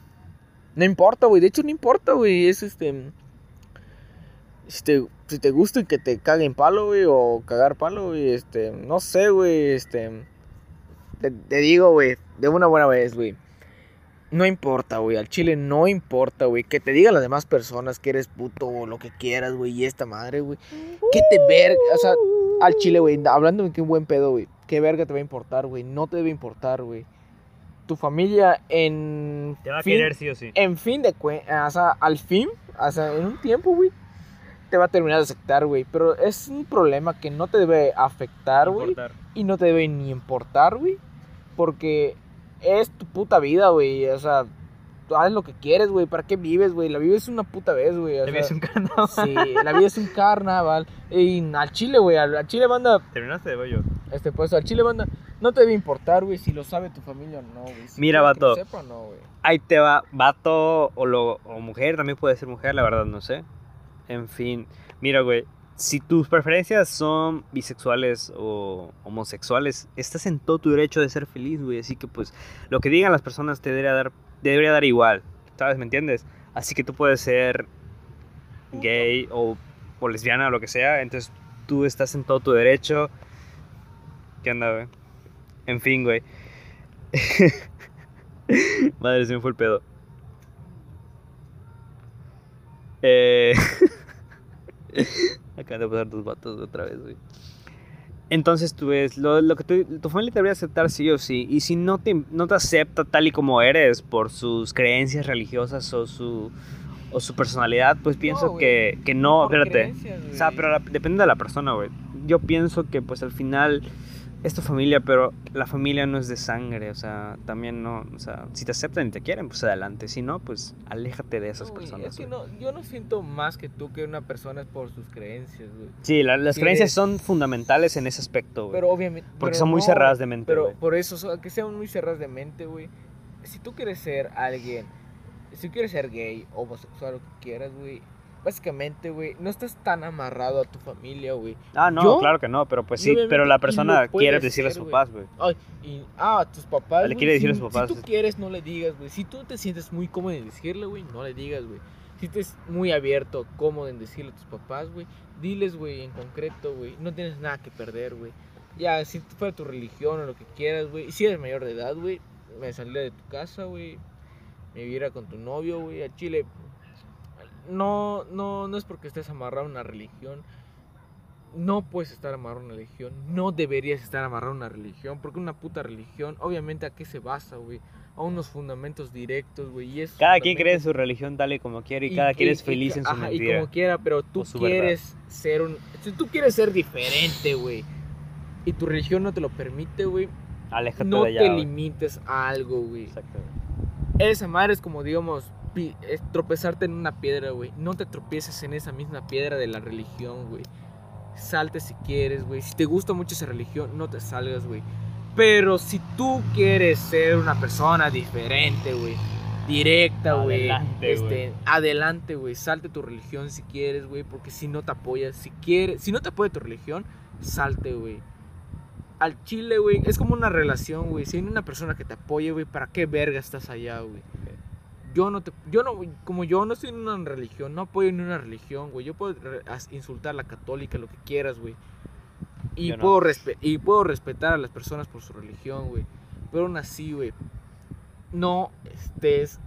No importa, güey. De hecho, no importa, güey. Es este. mm, si te, si te gusta y que te caguen palo, güey, o cagar palo, güey, este, no sé, güey, este, te, te digo, güey, de una buena vez, güey, no importa, güey, al chile no importa, güey, que te digan las demás personas que eres puto o lo que quieras, güey, y esta madre, güey, que te verga, o sea, al chile, güey, hablando de que un buen pedo, güey, qué verga te va a importar, güey, no te debe importar, güey, tu familia en Te va a fin- querer sí o sí. eh, en fin de cuentas, o sea, al fin, o sea, en un tiempo, güey, te va a terminar de afectar, güey. Pero es un problema que no te debe afectar, güey. importar. Y no te debe ni importar, güey. Porque es tu puta vida, güey. O sea, tú haz lo que quieres, güey. ¿Para qué vives, güey? La vives una puta vez, güey. o Te ves sea, un [LAUGHS] candado. Sí, la vida es un carnaval. Y al chile, güey. Al, al chile, banda. Terminaste de bollo. Este, pues, al chile, banda. No te debe importar, güey, si lo sabe tu familia o no, güey. Si Mira, quieres que lo vato. sepa o no, güey. Ahí te va, vato o, lo- o mujer, también puede ser mujer, la verdad, no sé. En fin, mira, güey, si tus preferencias son bisexuales o homosexuales, estás en todo tu derecho de ser feliz, güey. Así que, pues, lo que digan las personas te debería dar, te debería dar igual, ¿sabes? ¿Me entiendes? Así que tú puedes ser gay o, o lesbiana o lo que sea, entonces tú estás en todo tu derecho. ¿Qué onda, güey? En fin, güey. Madre, se me fue el pedo. Eh... [LAUGHS] Acaban de pasar tus vatos otra vez, güey. Entonces tú ves, lo, lo que tú- tu familia te debería aceptar sí o sí. Y si no te, no te acepta tal y como eres por sus creencias religiosas o su, o su personalidad, pues pienso güey. que, que no, Por espérate. creencias, O sea, güey. pero la- depende de la persona, güey. Yo pienso que pues al final es tu familia, pero la familia no es de sangre, o sea, también no, o sea, si te aceptan y te quieren, pues adelante, si no, pues aléjate de esas No, güey, personas. Es que güey. no, yo no siento más que tú que una persona es por sus creencias, güey. Sí, la- las Sí, creencias es- son fundamentales en ese aspecto, güey. Pero obviamente. Porque pero son muy no, cerradas de mente, Pero güey. por eso, so- que sean muy cerradas de mente, güey. Si tú quieres ser alguien, si tú quieres ser gay, homosexual, lo que quieras, güey. Básicamente, güey, no estás tan amarrado a tu familia, güey. Ah, no, yo- claro que no, pero pues yo sí, pero obviamente- y la lo persona quiere puedes decirle a sus ser, güey. papás, güey. Y, ah, a tus papás. Le güey, quiere decir a si- sus papás, Si tú es- quieres, no le digas, güey. Si tú te sientes muy cómodo en decirle, güey, no le digas, güey. Si te es muy abierto, cómodo en decirle a tus papás, güey, diles, güey, en concreto, güey. No tienes nada que perder, güey. Ya, si fuera tu religión o lo que quieras, güey. Si eres mayor de edad, güey, me saliera de tu casa, güey. Me viviera con tu novio, güey, a Chile. No, no, no es porque estés amarrado a una religión. No puedes estar amarrado a una religión. No deberías estar amarrado a una religión. Porque una puta religión, obviamente, ¿a qué se basa, güey? A unos fundamentos directos, güey. Y esos Cada quien cree en fundamentos- su religión tal y como quiere y, cada quien es feliz en su ajá, Y mentira. como quiera, pero tú O su verdad. quieres ser un. Si tú quieres ser diferente, güey. Y tu religión no te lo permite, güey. Aléjate No de allá. te güey. limites a algo, güey. Exacto, güey. Esa madre es como, digamos, pi- es tropezarte en una piedra, güey. No te tropieces en esa misma piedra de la religión, güey. Salte si quieres, güey. Si te gusta mucho esa religión, no te salgas, güey. Pero si tú quieres ser una persona diferente, güey. Directa, güey. Adelante, este, adelante, güey. Salte tu religión si quieres, güey. Porque si no te apoyas, si quieres, si no te apoya tu religión, salte, güey. Al chile, güey, es como una relación, güey. Si hay una persona que te apoye, güey, ¿para qué verga estás allá, güey? Yo no te. Yo no. Como yo no soy en una religión, no apoyo en una religión, güey. Yo puedo re- as- insultar a la católica, lo que quieras, güey. Y, Yo no. puedo respe- y puedo respetar a las personas por su religión, güey. Pero aún así, güey. No estés.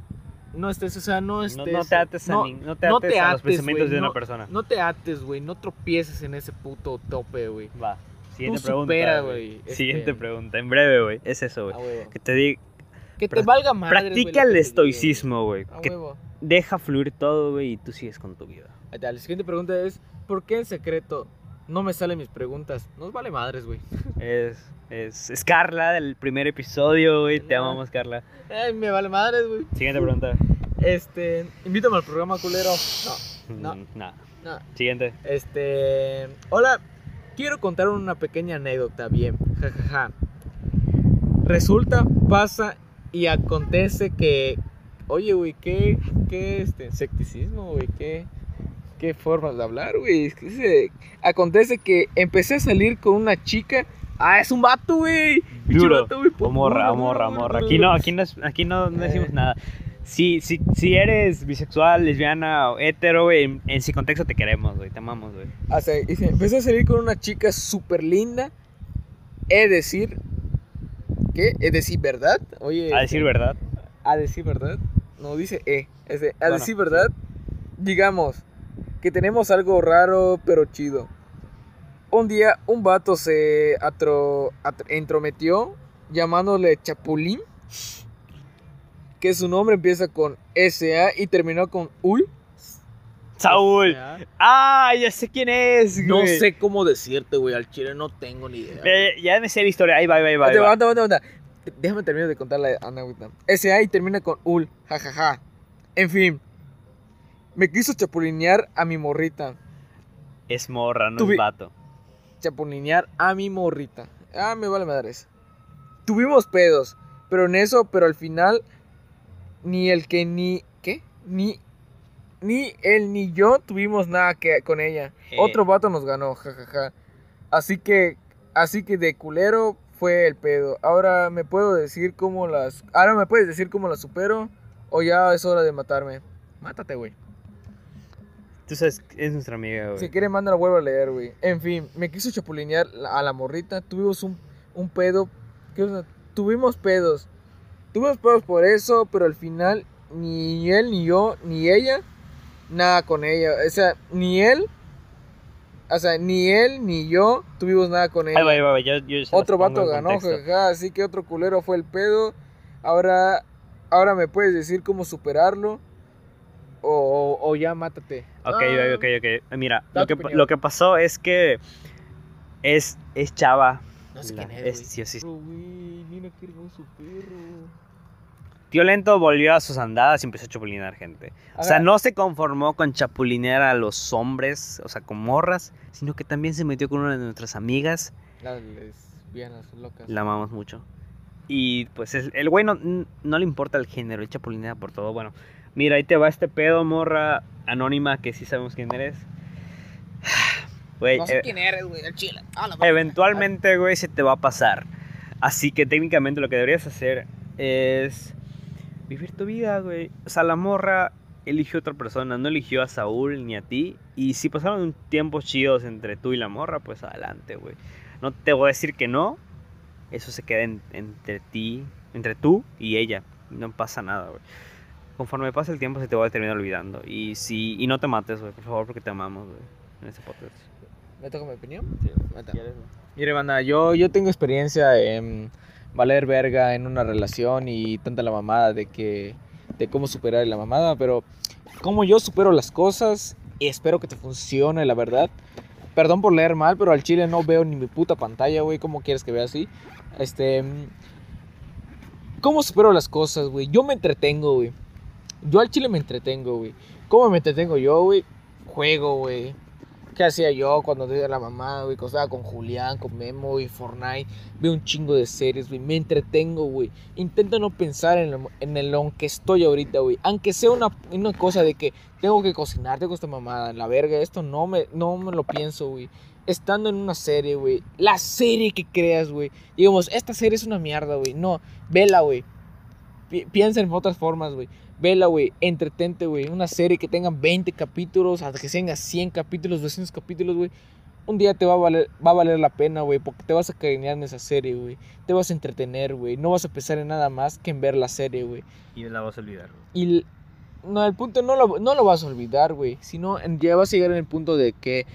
No estés, o sea, no No, estés. no te ates a, no- nin- no te no ates te a ates, los pensamientos güey, de una no- persona. No te ates, güey. No tropieces en ese puto tope, güey. Va. Siguiente Tú pregunta. supera, güey. güey, Siguiente este- Ah, pregunta. En breve, güey. Es eso, Ah, güey. A huevo. Que te diga. Que te Prac- valga madre. Practica el estoicismo, güey. A Que huevo. deja fluir todo, güey, y tú sigues con tu vida. Ahí está, La siguiente pregunta es: ¿Por qué en secreto no me salen mis preguntas? Nos vale madres, güey. Es, es, es Carla del primer episodio, güey. Te No. amamos, Carla. Ay, me vale madres, güey. Siguiente pregunta. Este, invítame al programa, culero. No, No. Mm, nah. no. Siguiente. Este, hola. Quiero contar una pequeña anécdota, bien. Ja, ja, ja. Resulta, pasa y acontece que. Oye, güey, qué, qué este, insecticismo, güey, qué, qué formas de hablar, güey. Es que se- acontece que empecé a salir con una chica. Ah, es un vato, güey. Pinche Duro. vato, güey, O morra, duro, o morra, o duro, morra. duro, Aquí duro. no, aquí no, es- aquí no no decimos Eh. nada. Si, si, si eres bisexual, lesbiana o hetero, güey, en, en si contexto te queremos, güey. Te amamos, güey. O sea, dice, empecé a salir con una chica súper linda. Es decir, ¿qué? Es decir, ¿verdad? Oye, A decir este, verdad. A decir verdad. No dice E. es de, a Bueno, decir verdad, digamos que tenemos algo raro pero chido. Un día un vato se atro, atr- entrometió llamándole Chapulín. Que su nombre empieza con SA y terminó con UL. Saúl. Ah, ya sé quién es. No güey. sé cómo decirte, güey. Al chile no tengo ni idea. güey. Ve, Ya me sé la historia. Ahí va, ahí va, ahí va. ahí Aguanta, va. aguanta, aguanta, aguanta. Te- Déjame terminar de contar la de Ana Whitney. Ese ahí termina con ul, jajaja. En fin. Me quiso chapulinear a mi morrita. Es morra, no Tuvi- es vato. Chapulinear a mi morrita. Ah, me vale madres. Tuvimos pedos, pero en eso, pero al final, ni el que ni. ¿Qué? Ni. Ni él ni yo tuvimos nada que, con ella. Eh. Otro vato nos ganó, jajaja. Así que. Así que de culero fue el pedo. Ahora me puedo decir cómo las. Ahora me puedes decir cómo las supero. O ya es hora de matarme. Mátate, güey. Tú sabes, que es nuestra amiga, güey. Si quiere, manda la vuelvo a leer, güey. En fin, me quiso chapulinear la- a la morrita. Tuvimos un, un pedo. ¿qué onda? Tuvimos pedos. Tuvimos pedos por eso, pero al final ni él, ni yo, ni ella, nada con ella. O sea, ni él, o sea, ni él, ni yo tuvimos nada con ella. Ahí va, ahí va, yo- yo se las Otro pongo vato en ganó, contexto. jajaja, así que otro culero fue el pedo. Ahora, ahora me puedes decir cómo superarlo. O, o- o ya mátate. Ok, Ah. ok, ok, ok. Mira, Da lo tu que, pa- opinión. lo que pasó es que es, es chava. No La- es- sí, sí. Perro, güey, mira qué hermoso perro. Tío Lento volvió a sus andadas y empezó a chapulinear gente. O sea, Ahora, no se conformó con chapulinear a los hombres, o sea, con morras, sino que también se metió con una de nuestras amigas. Las lesbianas locas. La amamos mucho. Y pues el, el güey no, no le importa el género, él chapulinea por todo. Bueno, mira, ahí te va este pedo, morra anónima, que sí sabemos quién eres. [SIGHS] Güey, No sé eh, quién eres, güey, el chile. A la verga. Eventualmente, güey, se te va a pasar. Así que técnicamente lo que deberías hacer es vivir tu vida, güey. O sea, la morra eligió a otra persona, no eligió a Saúl ni a ti. Y si pasaron un tiempo chidos entre tú y la morra, pues adelante, güey. No te voy a decir que no. Eso se queda en- entre ti, entre tú y ella. No pasa nada, güey. Conforme pasa el tiempo se te va a terminar olvidando. Y si y no te mates, güey, por favor, porque te amamos, güey. En este podcast. ¿Me toca mi opinión? Mata. Mire, banda, yo, yo tengo experiencia en valer verga en una relación y tanta la mamada de que de cómo superar la mamada, pero como yo supero las cosas y espero que te funcione, la verdad. Perdón por leer mal, pero al chile no veo ni mi puta pantalla, güey, ¿cómo quieres que vea así? Este ¿Cómo supero las cosas, güey? Yo me entretengo, güey. Yo al chile me entretengo, güey. ¿Cómo me entretengo yo, güey? Juego, güey. ¿Qué hacía yo cuando tenía la mamá, güey? Cosaba con Julián, con Memo, güey, Fortnite. Veo un chingo de series, güey. Me entretengo, güey. Intento no pensar en, lo- en el aunque estoy ahorita, güey. Aunque sea una, una cosa de que tengo que cocinar, tengo esta mamada, la verga. Esto no me, no me lo pienso, güey. Estando en una serie, güey. La serie que creas, güey. Digamos, esta serie es una mierda, güey. No, vela, güey. Pi- piensa en otras formas, güey. Vela, güey, entretente, güey. Una serie que tenga 20 capítulos, hasta que tenga 100 capítulos, 200 capítulos, güey. Un día te va a valer, va a valer la pena, güey, porque te vas a cariñar en esa serie, güey. Te vas a entretener, güey. No vas a pensar en nada más que en ver la serie, güey. Y la vas a olvidar, güey. Y l- no, el punto no lo, no lo vas a olvidar, güey. Sino en- ya vas a llegar en el punto de que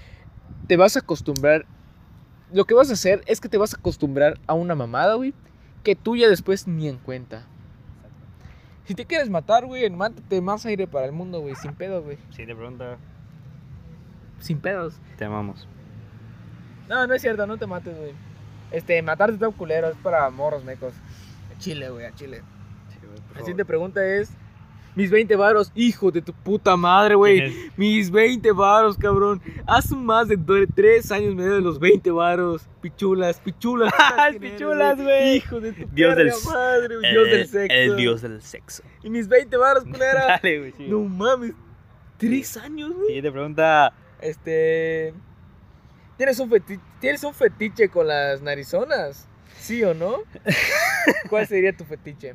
te vas a acostumbrar. Lo que vas a hacer es que te vas a acostumbrar a una mamada, güey, que tú ya después ni en cuenta. Si te quieres matar, güey, mátate más aire para el mundo, güey, sin pedo, güey. Si te pregunta, Sin pedos. te amamos. No, no es cierto, no te mates, güey. Este, matarte está un culero, es para morros mecos. A Chile, güey, a Chile. La siguiente pregunta es: Mis 20 varos, hijo de tu puta madre, güey. Tienes- Mis 20 varos, cabrón. Hace más de 3 años me deben los 20 varos. Pichulas, [LAUGHS] pichulas. [LAUGHS] ¿sabes quién eres, Pichulas, güey. Hijo de tu Dios perra del s- madre, güey, Dios el- del sexo. El dios del sexo. Y mis 20 varos, culera. [LAUGHS] Dale, güey. sí. no mames. 3 años, güey. Siguiente pregunta. Este. ¿tienes un, feti- ¿Tienes un fetiche con las narizonas? ¿Sí [LAUGHS] o no? ¿Cuál sería tu fetiche?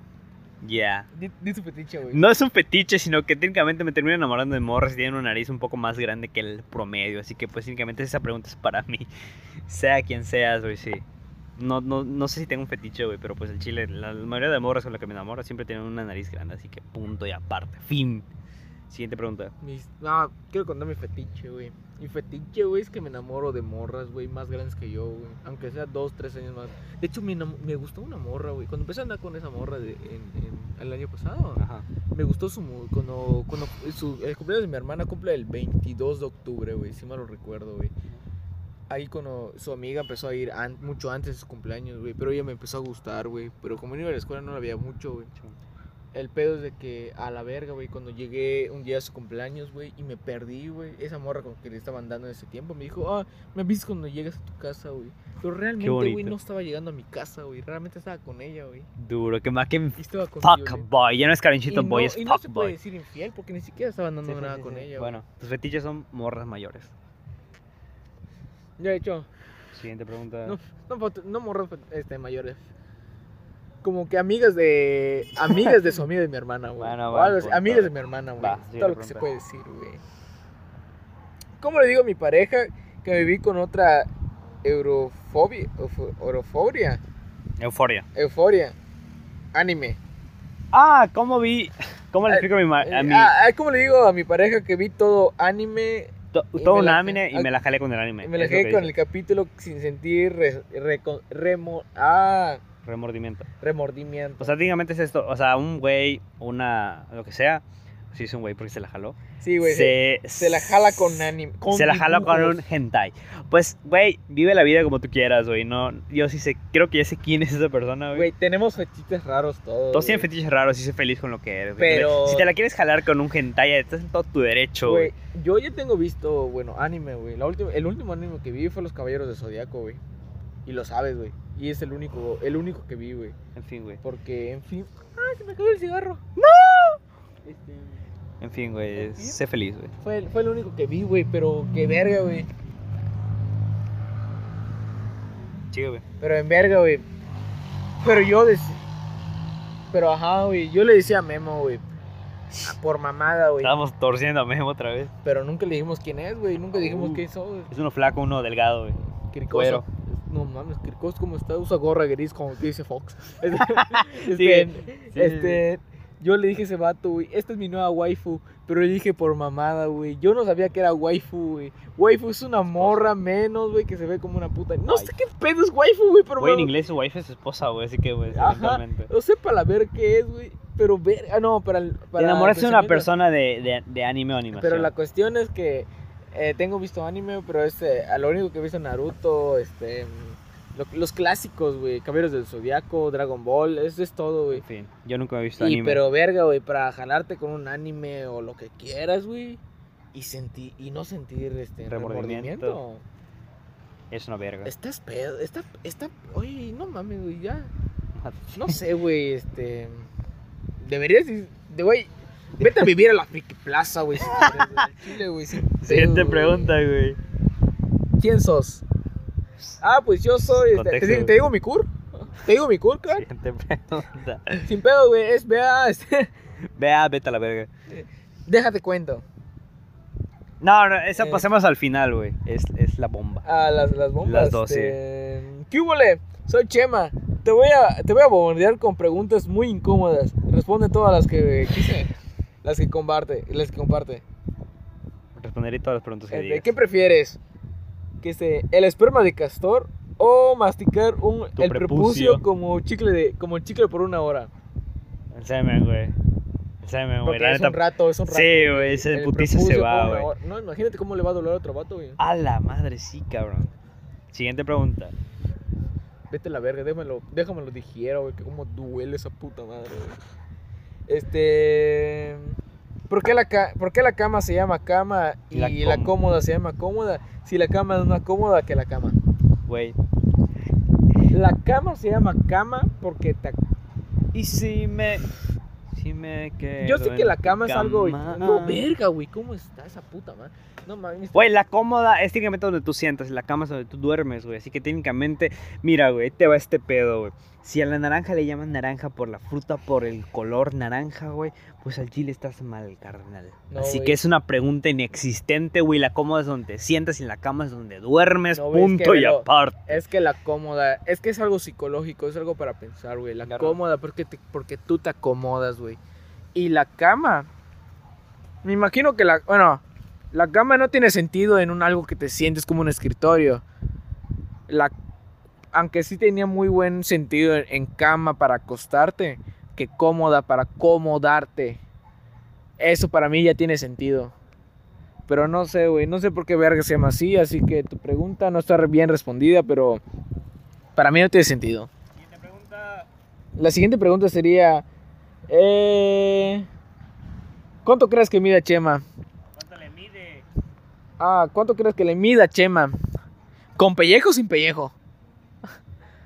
Ya. Di, di tu fetiche, güey. No es un fetiche, sino que técnicamente me termino enamorando de morras y tienen una nariz un poco más grande que el promedio. Así que, pues, técnicamente esa pregunta es para mí. [LAUGHS] Sea quien seas, güey, sí. No, no, no sé si tengo un fetiche, güey, pero pues el chile, la mayoría de morras con las que me enamoro siempre tienen una nariz grande. Así que punto y aparte. Fin. Siguiente pregunta. Mis- no, quiero contar mi fetiche, güey. Mi fetiche, güey, es que me enamoro de morras, güey, más grandes que yo, güey. Aunque sea dos, tres años más. De hecho, me, enam- me gustó una morra, güey. Cuando empecé a andar con esa morra de, en- en- el año pasado, Ajá. me gustó su... mu- Cuando, cuando su- el cumpleaños de mi hermana cumple el 22 de octubre, güey, si mal lo recuerdo, güey. Ahí cuando su amiga empezó a ir an- mucho antes de su cumpleaños, güey. Pero ella me empezó a gustar, güey. Pero como no iba a la escuela, no la veía mucho, güey. El pedo es de que a la verga, güey, cuando llegué un día a su cumpleaños, güey, y me perdí, güey. Esa morra con que le estaban dando en ese tiempo me dijo, ah, me avisas cuando llegas a tu casa, güey. Pero realmente, güey, bonito. no estaba llegando a mi casa, güey. Realmente estaba con ella, güey. Duro, que más que Y estaba con fuck Violeta. boy. Ya no es carinchito y boy, no, es y no fuck se puede boy. decir infiel porque ni siquiera estaba andando Sí, sí, nada sí, con sí. ella. güey. Bueno, tus fetiches son morras mayores. Ya, de hecho, Siguiente pregunta. No. no, foto- no morros este, mayores. Como que amigas de. Amigas de su amiga de mi hermana, [LAUGHS] güey. Bueno, O va, algo así, punto. Amigas de mi hermana, güey. Va, Es sí, la Todo lo que se pregunta. puede decir, güey. ¿Cómo le digo a mi pareja que viví con otra eurofobia? eufo- Eurofobia. Euforia. Euforia. Anime. Ah, ¿cómo vi? ¿Cómo le Ah, explico a mi, ma- Eh, a mi ah, ah, ¿Cómo le digo a mi pareja que vi todo anime to- y todo me un la- anime y ah, me la jalé con el anime? y me la Es lo dejé que con el dice. capítulo sin sentir re- reco- remo- ah, remordimiento. remordimiento? O sea, técnicamente es esto, o sea, un güey, una lo que sea, si es un güey porque se la jaló. sí, güey. sí. se, Se la jala con anime. con se la jala con un dibujos. hentai. Pues, güey, vive la vida como tú quieras, güey. No, yo sí sé, creo que ya sé quién es esa persona, güey. Güey, tenemos fetiches raros todos. Todos tienen güey. fetiches raros y sé feliz con lo que eres. güey. Pero- Si te la quieres jalar con un hentai, estás en todo tu derecho, güey. Güey, yo ya tengo visto, bueno, anime, güey. La última- El último anime que vi fue Los Caballeros de Zodiaco, güey. Y lo sabes, güey. Y es el único, el único que vi, güey. En fin, güey. Porque, en fin. ¡Ah, se me cayó el cigarro! ¡No! Este, En fin, güey. ¿En fin? Sé feliz, güey. fue, el- fue el único que vi, güey. Pero qué verga, güey. Chido, güey. Pero en verga, güey. Pero yo decía. Pero ajá, güey. Yo le decía a Memo, güey. Por mamada, güey. Estábamos torciendo a Memo otra vez. Pero nunca le dijimos quién es, güey. Nunca dijimos Uh. qué hizo, güey. Es uno flaco, uno delgado, güey. Kirikoso. Güero. No mames, Kirikos ¿cómo está? Usa gorra gris como te dice Fox. [LAUGHS] Este, sí, sí. este, yo le dije a ese vato, güey, esta es mi nueva waifu. Pero le dije por mamada, güey. Yo no sabía que era waifu, güey. Waifu es una morra menos, güey, que se ve como una puta. No sé qué pedo es waifu, güey, pero Güey, en bueno, inglés su wife es su esposa, güey. Así que, güey, Ajá. eventualmente. No sé para ver qué es, güey. Pero ver. Ah, no, para. el- Te para el enamoraste de una pensamiento- persona de, de, de anime o animación. Pero la cuestión es que eh, tengo visto anime, pero este, a lo único que he visto Naruto, este, mm, lo- los clásicos, güey, Caballeros del Zodiaco, Dragon Ball, eso es todo, güey. En fin, yo nunca he visto Y anime. pero verga, güey, para jalarte con un anime o lo que quieras, güey, y senti- y no sentir este remordimiento. Remordimiento. Es una verga. Estás pedo, está está oye, no mames, güey, ya. No sé, güey, este deberías ir- de güey Vete a vivir a la friki plaza, güey. Si quieres, güey, al Chile, güey. sin [LAUGHS] [LAUGHS] Siguiente pedo, güey. pregunta, güey. ¿Quién sos? Ah, pues yo soy. este, Contexto, ¿te, digo- güey. te digo mi cur? ¿Te digo mi cur, crack? Siguiente pregunta. Sin pedo, güey. Es, vea, este, [LAUGHS] Vea, vete a la verga. déjate cuento. No, no, esa Eh. pasemos al final, güey. Es, es la bomba. A las, las bombas. Las dos, este, ¿Qué húbole? Soy Chema. Te voy, a, te voy a bombardear con preguntas muy incómodas. Responde todas las que quise. Las que comparte. Las que comparte. Responderé todas las preguntas que Este, digas. ¿Qué prefieres? Que este, ¿El esperma de castor o masticar un, Tu el prepucio, prepucio. como, chicle de, como chicle por una hora? El semen, güey. El semen, güey. Porque La es un neta. rato, es un rato. Sí, güey. Ese El putiza se prepucio va, por una güey. hora. No, imagínate cómo le va a doler a otro vato, güey. A la madre, sí, cabrón. Siguiente pregunta. Vete a la verga, déjamelo, déjamelo digiero, güey, que cómo duele esa puta madre, güey. Este... ¿Por qué, la ca- ¿Por qué la cama se llama cama y La la, cómoda. cómoda se llama cómoda? Si la cama es más cómoda que la cama. Güey. La cama se llama cama porque te... Y si me. Si me que. Yo sé que la cama es algo... No, verga, güey, ¿cómo está esa puta madre? No mames. Güey, la cómoda es técnicamente donde tú sientas, la cama es donde tú duermes, güey. Así que técnicamente, mira, güey, ahí te va este pedo, güey. Si a la naranja le llaman naranja por la fruta, por el color naranja, güey, pues al chile estás mal, carnal. No, Así güey. que es una pregunta inexistente, güey. La cómoda es donde te sientas y la cama es donde duermes, No, güey, es que punto y velo. aparte. Es que la cómoda, es que es algo psicológico, es algo para pensar, güey. La Claro. cómoda, porque, te- porque tú te acomodas, güey. Y la cama, me imagino que la, bueno, La cama no tiene sentido en un algo que te sientes como un escritorio. La, aunque sí tenía muy buen sentido en, en cama para acostarte, que cómoda para acomodarte. Eso para mí ya tiene sentido. Pero no sé, güey, no sé por qué verga se llama así, así que tu pregunta no está bien respondida, pero para mí no tiene sentido. Siguiente pregunta. La siguiente pregunta sería, eh, ¿cuánto crees que mida Chema? ¿Cuánto le mide? Ah, ¿cuánto crees que le mida Chema? ¿Con pellejo o sin pellejo?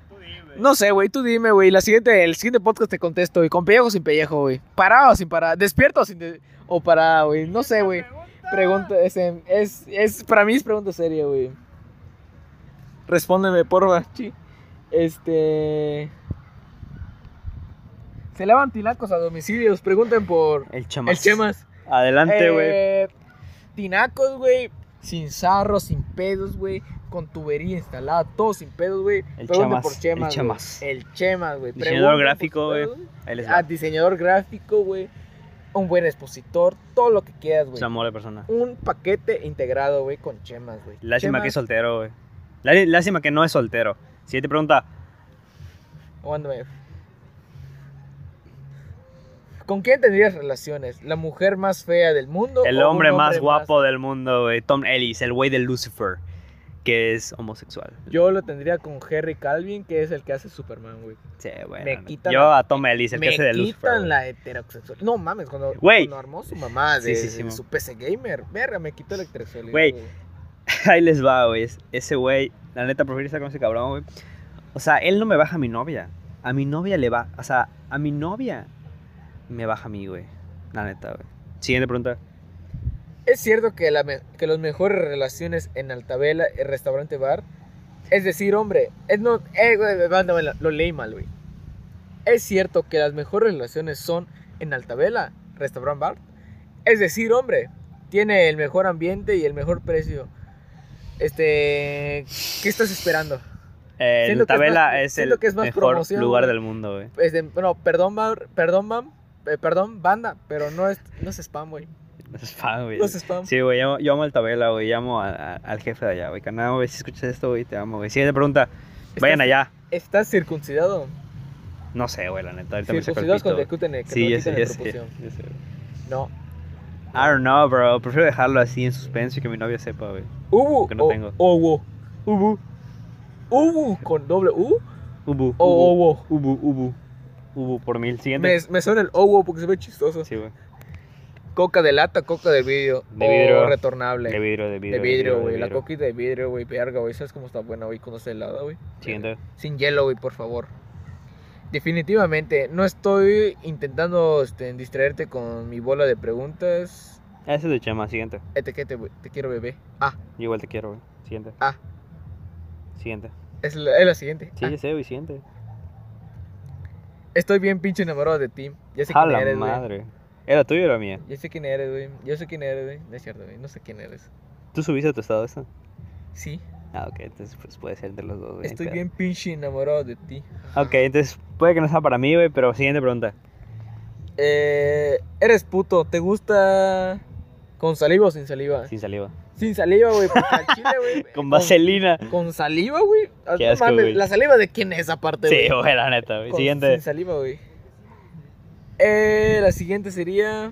Tú dime. No sé, güey, tú dime, güey. La siguiente, el siguiente podcast te contesto, güey. ¿Con pellejo o sin pellejo, güey? ¿Parado o sin parada? ¿Despierto o sin... de- o parada, güey? No sé, güey. Pregunta, es, em, es, es- para mí es pregunta seria, güey. Respóndeme, porfa, chi. Este... Se lavan tinacos a domicilios, pregunten por... El Chemas. El Chemas. Adelante, güey. Eh, Tinacos, güey. Sin zarros, sin pedos, güey. Con tubería instalada, todo sin pedos, güey. El Pregunten Chemas, por el Chemas. güey. Chemas. El Chemas, güey. Diseñador Pregunten por gráfico, sus güey. pedos, Ahí les va. Ah, diseñador gráfico, güey. Un buen expositor, todo lo que quieras, Es güey. un amor de persona. Un paquete integrado, güey, con Chemas, güey. Lástima que es Chemas, soltero, güey. Lá- Lástima que no es soltero. Siguiente pregunta. aguántame. ¿Con quién tendrías relaciones? ¿La mujer más fea del mundo? El o un hombre más guapo del mundo, güey. Tom Ellis, el güey de Lucifer, que es homosexual. Yo lo tendría con Henry Calvin, que es el que hace Superman, güey. Sí, güey. Me no, no. quitan Yo la- a Tom Ellis, el que Me hace de Lucifer. quitan güey. la heterosexual. No mames, cuando, Güey. cuando armó su mamá de, Sí, sí, sí, de mo. su PC gamer, verga, me quitó la heterosexualidad. Güey. [LAUGHS] Ahí les va, güey. Es- Ese güey, la neta, prefiero estar con ese cabrón, güey. O sea, él no me baja a mi novia. A mi novia le va. O sea, a mi novia me baja a mí, güey. La neta, güey. Siguiente pregunta. Es cierto que, la me- que las mejores relaciones en Altavela, el restaurante bar, es decir, hombre, es no, eh, güey, mándame la- lo leí mal, güey. Es cierto que las mejores relaciones son en Altavela, restaurante bar, es decir, hombre, tiene el mejor ambiente y el mejor precio. Este, ¿qué estás esperando? Eh, Siento que es Tabela más- es, siento el que es más mejor promoción, lugar güey. del mundo, güey. Este, bueno, perdón, bar- perdón, mam, eh, perdón, banda, pero no es, no es spam, güey. No es fan, güey. No es spam. Sí, güey, yo, yo amo al Tabela, güey. Yo amo a- a- al jefe de allá, güey. Canal, güey, si escuchas esto, güey, te amo, güey. Siguiente pregunta. Vayan allá. ¿Estás circuncidado? No sé, güey, la neta. Ahorita me saco el Circuncidados pito, cuando güey. te quiten el, que Sí, te ya quiten sé, el ya sé, prepucio. ya sé. güey. No. I don't know, bro. Prefiero dejarlo así en suspenso y que mi novia sepa, güey. Ubu. Que no o- tengo. Owo. Ubu. Ubu con doble U Ubu. o ubu, owo. Ubu, ubu. Ubu por mil. Me, Siguiente. me suena el owo porque se ve chistoso. Sí, güey. Coca de lata, coca de vidrio. De o vidrio. retornable. De vidrio, de vidrio. De vidrio, güey. de La vidrio. coquita de vidrio, güey. Verga, güey. ¿Sabes cómo está buena, güey? Cuando se helada, güey. Siguiente. Sin hielo, güey, por favor. Definitivamente, no estoy intentando este, distraerte con mi bola de preguntas. Ah, Ese es de Chema. Siguiente. Etiquete, güey. Te quiero, bebé. Ah, Yo igual te quiero, güey. Siguiente. Ah. Siguiente. es la, es la siguiente. Sí, Ah. ya sé, güey. Siguiente. Estoy bien pinche enamorado de ti. Ya sé A quién la eres, güey. madre. ¿Era tuyo o era mía? Ya sé quién eres, güey. Yo sé quién eres, güey. No es cierto, güey. No sé quién eres. ¿Tú subiste a tu estado esta? Sí, Ah, ok, entonces pues, puede ser de los dos. güey, estoy pero- bien pinche enamorado de ti. Ok, entonces puede que no sea para mí, güey, pero siguiente pregunta. Eh, eres puto. ¿Te gusta con saliva o sin saliva? Sin saliva. Sin saliva, güey. porque [LAUGHS] al chile, güey. Con vaselina. Con saliva, güey. Ah, Qué no asco, mames, güey. ¿La saliva de quién es aparte, Sí, güey, la neta, güey. Con- Siguiente. Sin saliva, güey. Eh, la siguiente sería.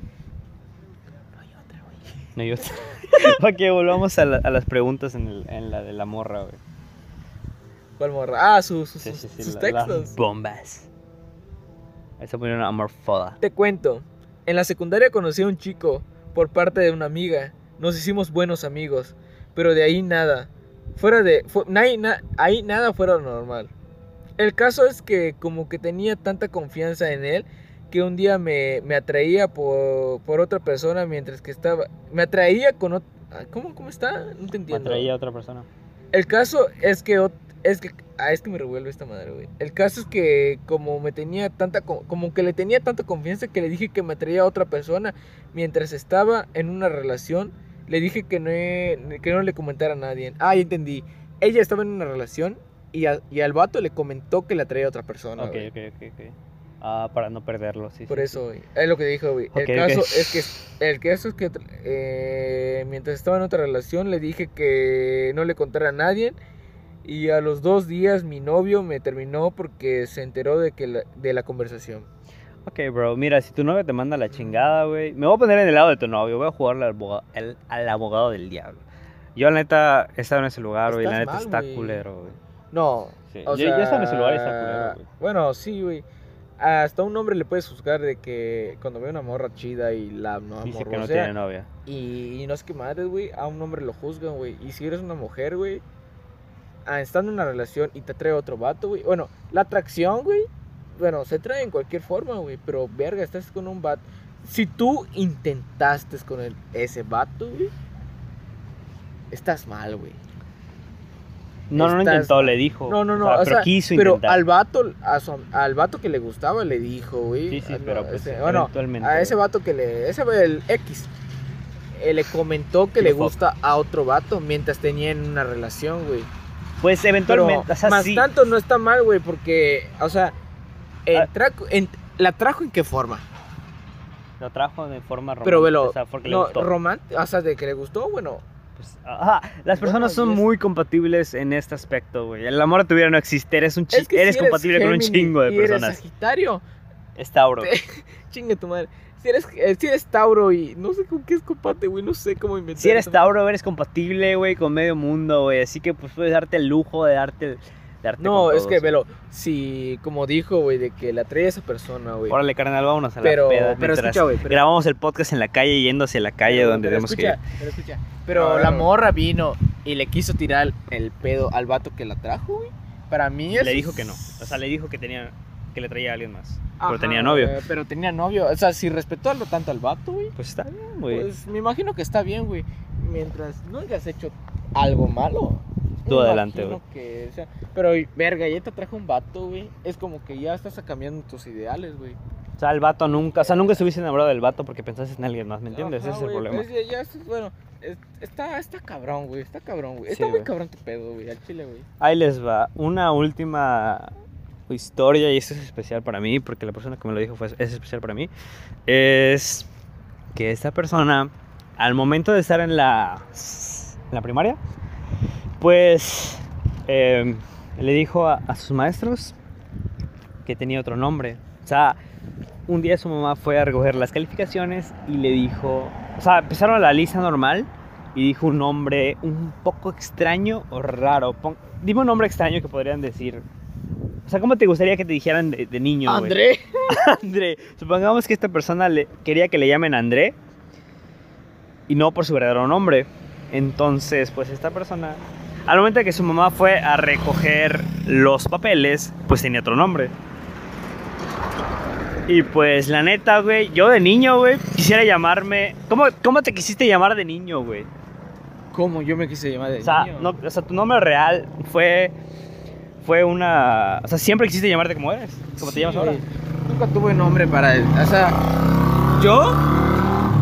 No, yo... [LAUGHS] para que volvamos a, la- a las preguntas en, el- en la de la morra, güey. ¿Cuál morra? Ah, sus, sus, Sí, sí, sí, sus la- textos. Las bombas. Ahí se pone una amorfoda. Te cuento, en la secundaria conocí a un chico por parte de una amiga. Nos hicimos buenos amigos, pero de ahí nada. Fuera de... fu- na- ahí na- ahí nada fuera lo normal. El caso es que como que tenía tanta confianza en él que un día me, me atraía por, por otra persona mientras que estaba... Me atraía con... ot- ah, ¿Cómo, ¿Cómo está? No Me te entiendo. atraía a otra persona. El caso es que ot- es que ah, es que me revuelve esta madre, güey. El caso es que como me tenía tanta co- como que le tenía tanta confianza que le dije que me atraía a otra persona mientras estaba en una relación, le dije que no he- que no le comentara a nadie. Ah, ya entendí. Ella estaba en una relación y, a- y al vato le comentó que le atraía a otra persona. ok, güey. ok, ok, ok. Ah, para no perderlo, sí. Por sí, eso, güey. Es lo que dijo, güey. Ok, el ok. caso es que. El caso es que. eh, mientras estaba en otra relación, le dije que no le contara a nadie. Y a los dos días, mi novio me terminó porque se enteró de, que la- de la conversación. sí. Ok, bro, mira, si tu novio te manda la chingada, güey. Me voy a poner en el lado de tu novio, voy a jugarle al, aboga- el- al abogado del diablo. Yo, la neta, he estado en ese lugar, güey. La Estás neta mal, está güey. culero, güey. No. Sí. o Yo, yo estaba en ese lugar y sea, está culero, güey. Bueno, sí, güey. Hasta un hombre le puedes juzgar de que cuando ve una morra chida y la no Dice que no morrosea, tiene novia. Y, y no es que madres, güey, a un hombre lo juzgan, güey. Y si eres una mujer, güey, ah, estando en una relación y te trae otro vato, güey. Bueno, la atracción, güey, bueno, se trae en cualquier forma, güey. Pero, verga, estás con un vato. Si tú intentaste con el- ese vato, güey, estás mal, güey. No, no, no Estás- intentó, le dijo. No, no, no. O sea, o pero sea, quiso pero intentar. al vato, a su- al vato que le gustaba le dijo, güey. Sí, sí, Ah, no, pero pues este, bueno, eventualmente, a ese güey. vato que le. Ese güey, el X. eh, le comentó que Sí, le fuck. gusta a otro vato mientras tenían una relación, güey. Pues Pero eventualmente, o sea, más sí. tanto no está mal, güey, porque, o sea, el Ah. traco- en- ¿la trajo en qué forma? Lo trajo de forma romántica. Pero velo, o sea, porque le no, gustó. romántico, o sea, de que le gustó, bueno, Pues, ajá, las personas Bueno, son Ah, y es- muy compatibles en este aspecto, güey. El amor tuviera no existir, eres un chi- es que si eres compatible con un Géminis chingo de y eres personas. Sagitario, Es [LAUGHS] Tauro. Te- chingue tu madre. Si eres, eh, si eres Tauro y no sé con qué es compate, güey, no sé cómo inventar. Si eres eso. Tauro, eres compatible, güey, con medio mundo, güey. Así que pues puedes darte el lujo de darte el. de darte No, con es todos, que, güey. velo, si, como dijo, güey, de que la trae esa persona, güey. Órale, carnal, vámonos a la Pero- peda. pero mientras escucha, güey, pero- Grabamos el podcast en la calle yendo hacia la calle Pero- donde pero tenemos que ir. escucha, Pero, escucha, pero Ah, la güey. morra vino y le quiso tirar el pedo al vato que la trajo, güey. Para mí eso Le dijo es- que no. O sea, le dijo que tenía que le traía a alguien más. Ajá, pero tenía novio. güey, Pero tenía novio. O sea, si respetó a lo tanto al vato, güey. Pues está bien, güey. Pues me imagino que está bien, güey. Mientras no hayas hecho algo malo. Tú me adelante, imagino que, o sea, pero, verga, ya te trajo un vato, güey. Es como que ya estás cambiando tus ideales, güey. O sea, el vato nunca, o sea, nunca estuviste enamorado del vato porque pensaste en alguien más, ¿me entiendes? Ajá, Ese es el güey, problema. pues, ya- ya es- bueno, es- está, está cabrón, güey. Está cabrón, güey. Sí, Está muy güey. cabrón tu pedo, güey. Al chile, güey. Ahí les va, una última historia, y esto es especial para mí, porque la persona que me lo dijo fue, es especial para mí, es que esta persona, al momento de estar en la, en la primaria, pues eh, le dijo a, a sus maestros que tenía otro nombre. O sea, un día su mamá fue a recoger las calificaciones y le dijo, o sea, empezaron la lista normal y dijo un nombre un poco extraño o raro. Pon- dime un nombre extraño que podrían decir. O sea, ¿cómo te gustaría que te dijeran de, de niño? güey? André. [LAUGHS] André. Supongamos que esta persona le, quería que le llamen André y no por su verdadero nombre. Entonces, pues esta persona, al momento de que su mamá fue a recoger los papeles, pues tenía otro nombre. Y pues la neta, güey, yo de niño, güey, quisiera llamarme... ¿Cómo, ¿Cómo te quisiste llamar de niño, güey? ¿Cómo yo me quise llamar de O sea, niño? no- o sea, tu nombre real fue... Fue una... O sea, siempre quisiste llamarte como eres, como te Sí, llamas ahora. güey. Nunca tuve nombre para él. O sea, yo,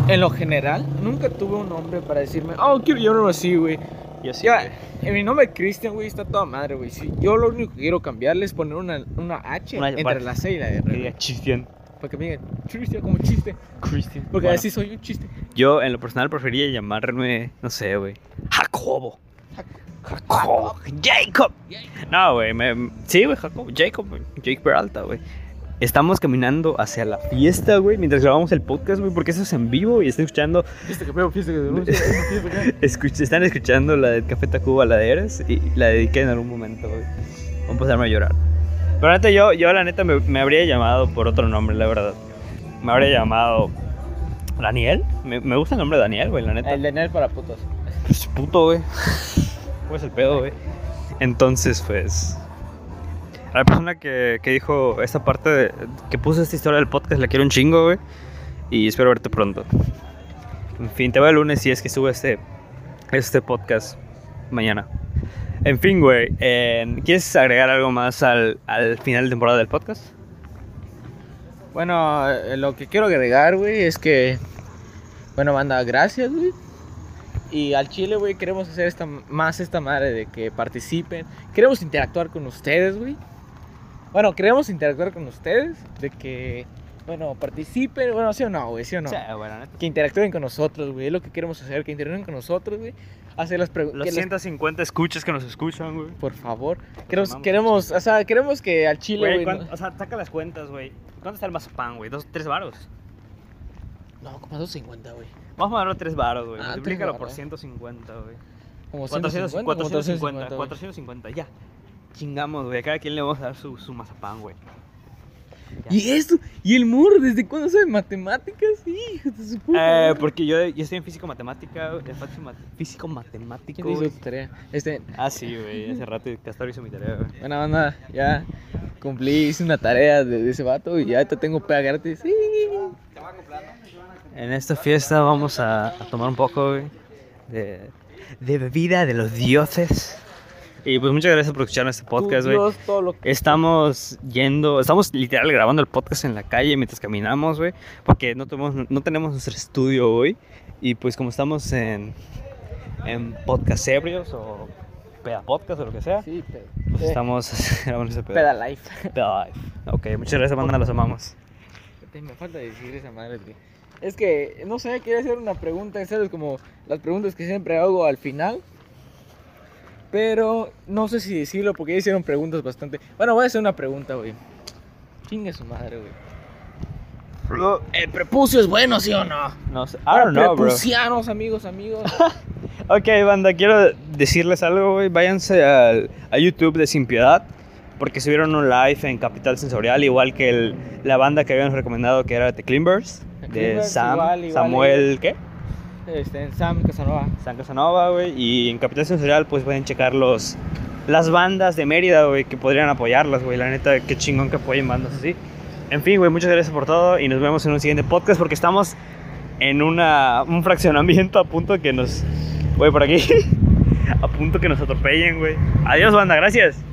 en lo general, nunca tuve un nombre para decirme, oh, quiero llamarme así, güey. Yo sí, Ya, güey. en mi nombre Cristian, güey, está toda madre, güey. Si yo lo único que quiero cambiarle es poner una, una H Una- entre bueno. la C y la Que R. diga güey, Christian. Para que me digan, Cristian, como chiste. Christian. Porque así soy un chiste. Yo en lo personal preferiría llamarme, no sé, güey. Jacobo. Jacobo. Jacob. No, güey. me- Sí, güey, Jacobo. Jacob, güey. Jake Peralta, güey. Estamos caminando hacia la fiesta, güey, mientras grabamos el podcast, güey, porque eso es en vivo y están escuchando, Fiesta que pego, fiesta que [LAUGHS] denuncio, fiesta que- [LAUGHS] escuch- están escuchando la de Café Tacuba, la de Eres, y la dediqué en algún momento, güey. Voy a empezarme a llorar. Pero la neta, yo, yo la neta me, me habría llamado por otro nombre, la verdad. Me habría llamado Daniel. Me, me gusta el nombre Daniel, güey, la neta. El de Nel para putos. Pues puto, güey. ¿Cómo es el pedo, güey? Entonces, pues. A la persona que, que dijo esta parte, de- que puso esta historia del podcast, la quiero un chingo, güey. Y espero verte pronto. En fin, te veo el lunes si es que sube este, este podcast mañana. En fin, güey, eh, ¿quieres agregar algo más al, al final de temporada del podcast? Bueno, eh, lo que quiero agregar, güey, es que. Bueno, banda, gracias, güey. Y al Chile, güey, queremos hacer esta, más esta madre de que participen. Queremos interactuar con ustedes, güey. Bueno, queremos interactuar con ustedes, de que, bueno, participen, bueno, sí o no, güey, sí o no. O sea, bueno, neta. que interactúen con nosotros, güey, es lo que queremos hacer, que interactúen con nosotros, güey, hacer las Los preguntas. 150 escuchas que nos escuchan, güey. Por favor, queremos, amamos, queremos, o sea, queremos que al Chile, Güey, güey, ¿cuán- no- O sea, saca las cuentas, güey. ¿Cuánto está el mazapán, güey? ¿Dos, tres varos? No, como 250, güey. Vamos a darle tres varos, güey. Ah, tres Multiplícalo por varos. 150, güey. Como 450, 150, como 450, 350, güey. 450, ya. Chingamos, güey. A cada quien le vamos a dar su, su mazapán, güey. Y esto, y el muro, ¿desde cuándo sabe matemáticas? Hijo de su puta. Eh, madre. porque yo, yo estoy en físico matemática, güey, de facho mat- físico matemático. ¿Quién hizo güey. tu tarea? Este, Ah, sí, güey. Hace rato Castor hizo mi tarea, güey. buena banda, ya cumplí, hice una tarea de, de ese vato y ya te tengo pega gratis. Sí. En esta fiesta vamos a, a tomar un poco güey, de, de bebida de los dioses. Y pues muchas gracias por escuchar este podcast, Tú, güey. Dios, todo lo que- Estamos yendo, estamos literal grabando el podcast en la calle mientras caminamos, güey, porque no tenemos, no tenemos nuestro estudio hoy y pues como estamos en, en podcast ebrios o peda podcast o lo que sea, Sí, pero. pues eh, estamos [LAUGHS] grabando ese pedo. peda life. Peda life. Ok, muchas gracias, banda, los amamos. Te- Me falta decir esa madre, tío. Es que, no sé, quería hacer una pregunta, ¿sabes? Como las preguntas que siempre hago al final. Pero no sé si decirlo porque ya hicieron preguntas bastante. Bueno, voy a hacer una pregunta, güey. Chingue su madre, güey. ¿El prepucio es bueno, sí o no? No sé, I don't know, bro. Prepucianos, [LAUGHS] amigos, amigos. Ok, banda, quiero decirles algo, güey. Váyanse al, a YouTube de Sin Piedad, porque subieron un live en Capital Sensorial, igual que el- la banda que habíamos recomendado, que era The Climbers, The de Climbers, Sam, igual, igual, Samuel, ¿qué? Este, en Sam Casanova. San Casanova, güey. Y en Capital Sensorial, pues pueden checar los, las bandas de Mérida, güey, que podrían apoyarlas, güey. La neta, qué chingón que apoyen bandas así. En fin, güey, muchas gracias por todo y nos vemos en un siguiente podcast porque estamos en una, un fraccionamiento a punto [LAUGHS] que nos. Güey, por aquí. A punto que nos atropellen, güey. Adiós, banda, gracias.